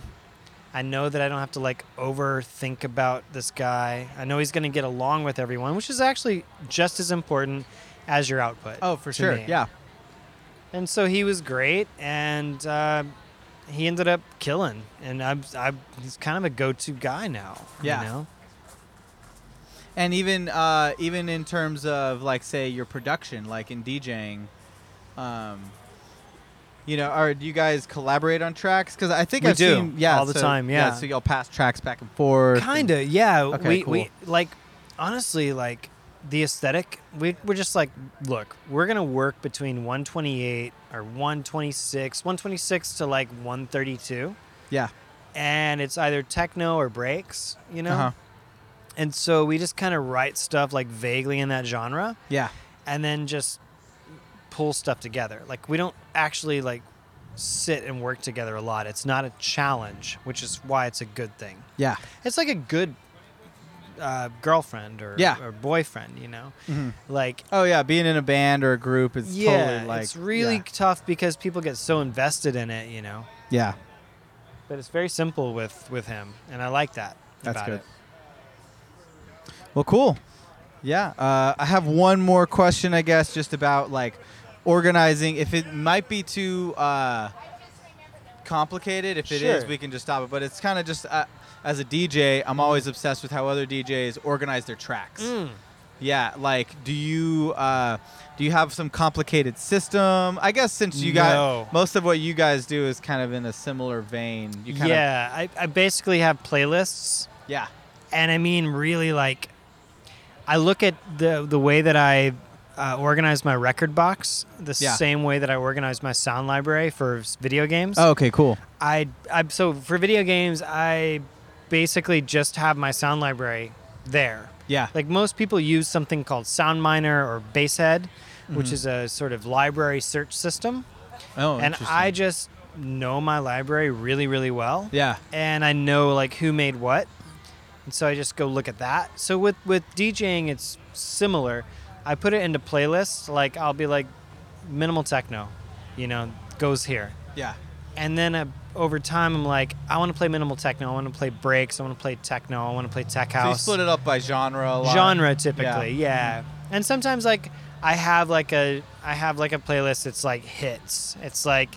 Speaker 2: I know that I don't have to like overthink about this guy. I know he's going to get along with everyone, which is actually just as important as your output.
Speaker 1: Oh, for
Speaker 2: to
Speaker 1: sure.
Speaker 2: me.
Speaker 1: Yeah.
Speaker 2: And so he was great, and uh, he ended up killing. And I'm, I'm, he's kind of a go to guy now.
Speaker 1: Yeah.
Speaker 2: You know?
Speaker 1: And even uh, even in terms of like say your production, like in DJing, um, you know, are do you guys collaborate on tracks? Because I think
Speaker 2: We
Speaker 1: I've
Speaker 2: do,
Speaker 1: seen yeah
Speaker 2: all the
Speaker 1: so-
Speaker 2: time, yeah.
Speaker 1: So y'all pass tracks back and forth.
Speaker 2: kind
Speaker 1: and-
Speaker 2: of yeah
Speaker 1: Okay,
Speaker 2: we,
Speaker 1: cool.
Speaker 2: we like honestly like the aesthetic we, we're just like look we're gonna work between 128 or 126 126 to like 132
Speaker 1: yeah.
Speaker 2: and it's either techno or breaks you know
Speaker 1: Uh-huh.
Speaker 2: And so we just kind of write stuff like vaguely in that genre
Speaker 1: Yeah.
Speaker 2: and then just pull stuff together. Like we don't actually like sit and work together a lot. It's not a challenge, which is why it's a good thing.
Speaker 1: Yeah.
Speaker 2: It's like a good uh, girlfriend or,
Speaker 1: Yeah.
Speaker 2: or boyfriend, you know? Like
Speaker 1: Oh yeah, being in a band or a group is
Speaker 2: yeah,
Speaker 1: totally like
Speaker 2: it's really tough because people get so invested in it, you know.
Speaker 1: yeah. yeah.
Speaker 2: But it's very simple with with him, and I like that.
Speaker 1: That's
Speaker 2: about
Speaker 1: good.
Speaker 2: it.
Speaker 1: Well, cool. Yeah, uh, I have one more question, I guess, just about like organizing. If it might be too uh, complicated, if it is,
Speaker 2: Sure.
Speaker 1: we can just stop it. But it's kind of just uh, as a DJ, I'm always obsessed with how other DJs organize their tracks.
Speaker 2: Mm.
Speaker 1: Yeah, like do you uh, do you have some complicated system? I guess since you
Speaker 2: No.
Speaker 1: got most of what you guys do is kind of in a similar vein. You kind
Speaker 2: yeah, I, I basically have playlists,
Speaker 1: of yeah
Speaker 2: and I mean, really, like, I look at the the way that I uh, organize my record box, the
Speaker 1: Yeah.
Speaker 2: same way that I organize my sound library for s- video games.
Speaker 1: Oh, okay, cool.
Speaker 2: I I so for video games, I basically just have my sound library there.
Speaker 1: Yeah,
Speaker 2: Like most people use something called SoundMiner or Basehead, which is a sort of library search system.
Speaker 1: Mm-hmm. oh,
Speaker 2: and
Speaker 1: interesting.
Speaker 2: I just know my library really, really well.
Speaker 1: yeah
Speaker 2: And I know like who made what. And so I just go look at that. So with with DJing it's similar. I put it into playlists like I'll be like minimal techno, you know, goes here.
Speaker 1: yeah
Speaker 2: And then uh, over time I'm like I want to play minimal techno, I want to play breaks, I want to play techno, I want to play tech
Speaker 1: So you
Speaker 2: house
Speaker 1: split it up by genre a lot. Mm-hmm.
Speaker 2: genre typically yeah, and sometimes like i have like a i have like a playlist that's like hits it's like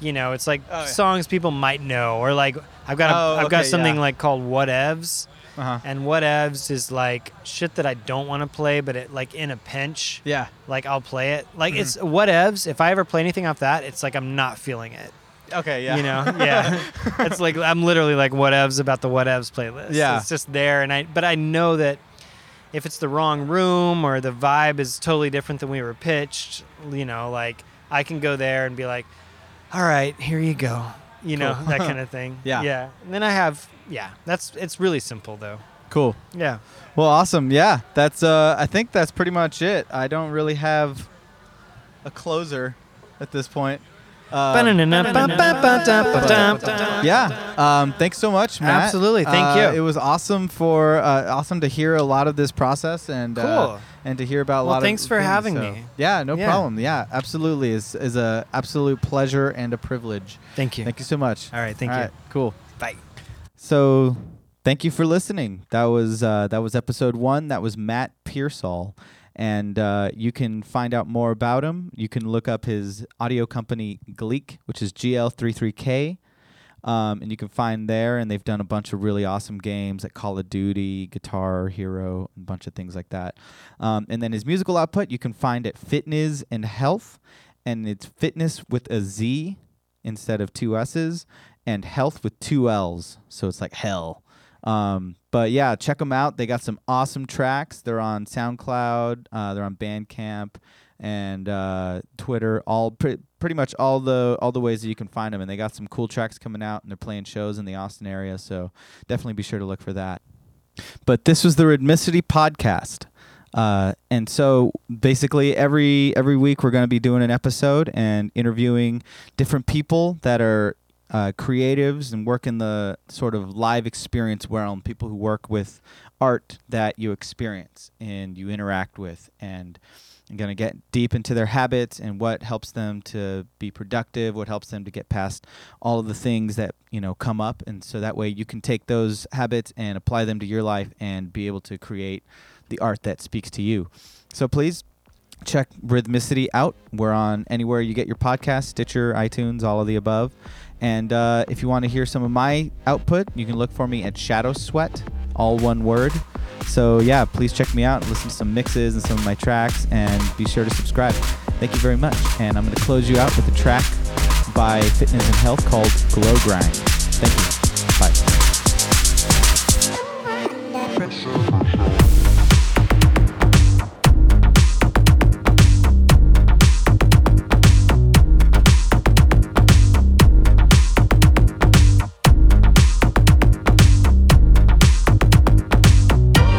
Speaker 2: you know it's like
Speaker 1: Oh, yeah.
Speaker 2: songs people might know or like i've got a,
Speaker 1: Oh,
Speaker 2: have got
Speaker 1: okay,
Speaker 2: something
Speaker 1: yeah.
Speaker 2: like called whatevs
Speaker 1: Uh-huh.
Speaker 2: and whatevs is like shit that i don't want to play but it like in a pinch
Speaker 1: Yeah. Mm-hmm.
Speaker 2: like i'll play it like it's whatevs if i ever play anything off that it's like i'm not feeling it
Speaker 1: Okay, yeah.
Speaker 2: you know yeah it's like i'm literally like whatevs about the whatevs playlist
Speaker 1: Yeah.
Speaker 2: it's just there and i but i know that if it's the wrong room or the vibe is totally different than we were pitched you know like i can go there and be like all right here you go you know
Speaker 1: Cool.
Speaker 2: that kind of thing
Speaker 1: Yeah.
Speaker 2: yeah and then i have yeah that's it's really simple though
Speaker 1: cool.
Speaker 2: yeah
Speaker 1: Well, awesome. Yeah. That's uh I think that's pretty much it. I don't really have a closer at this point. Um, yeah. Um, thanks so much, Matt.
Speaker 2: Absolutely. Thank
Speaker 1: Uh,
Speaker 2: you.
Speaker 1: It was awesome for uh, awesome to hear a lot of this process and uh,
Speaker 2: Cool.
Speaker 1: and to hear about a
Speaker 2: Well,
Speaker 1: lot
Speaker 2: thanks
Speaker 1: of
Speaker 2: for
Speaker 1: things.
Speaker 2: having
Speaker 1: So,
Speaker 2: me.
Speaker 1: Yeah, no
Speaker 2: Yeah.
Speaker 1: problem. Yeah, absolutely. Is is a absolute pleasure and a privilege.
Speaker 2: thank you
Speaker 1: Thank you so much.
Speaker 2: all right thank
Speaker 1: All
Speaker 2: you
Speaker 1: right, cool.
Speaker 2: bye
Speaker 1: So, thank you for listening. That was uh, that was episode one. That was Matt Pearsall, and uh, you can find out more about him. You can look up his audio company Gleek, which is GL33K, um, and you can find there. And they've done a bunch of really awesome games like Call of Duty, Guitar Hero, and a bunch of things like that. Um, and then his musical output you can find at Fitness and Health, and it's Fitness with a Z instead of two S's, and health with two L's. So it's like hell. Um, but yeah, check them out. They got some awesome tracks. They're on SoundCloud, uh, they're on Bandcamp, and uh, Twitter. All pre- pretty much all the all the ways that you can find them. And they got some cool tracks coming out, and they're playing shows in the Austin area. So definitely be sure to look for that. But this was the Rhythmicity podcast. Uh, and so basically every every week we're going to be doing an episode and interviewing different people that are uh, creatives and work in the sort of live experience realm, people who work with art that you experience and you interact with and I'm going to get deep into their habits and what helps them to be productive, what helps them to get past all of the things that, you know, come up and so that way you can take those habits and apply them to your life and be able to create the art that speaks to you. So please check Rhythmicity out. We're on anywhere you get your podcast, Stitcher, iTunes, all of the above. And uh, if you want to hear some of my output, you can look for me at Shadow Sweat, all one word. So yeah, please check me out, listen to some mixes and some of my tracks, and be sure to subscribe. Thank you very much. And I'm going to close you out with a track by Fitness and Health called Glow Grind. Thank you. Bye.
Speaker 3: Thank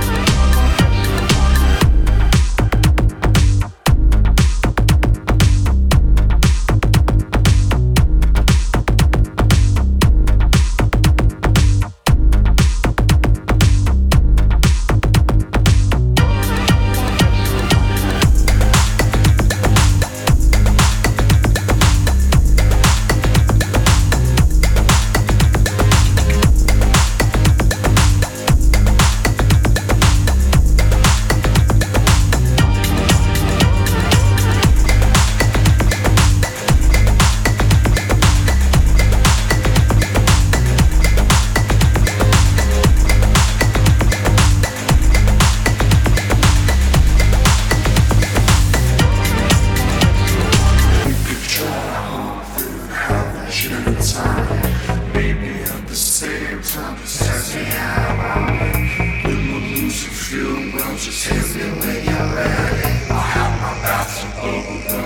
Speaker 3: you will just hear me when you let it. I have my mouth to open.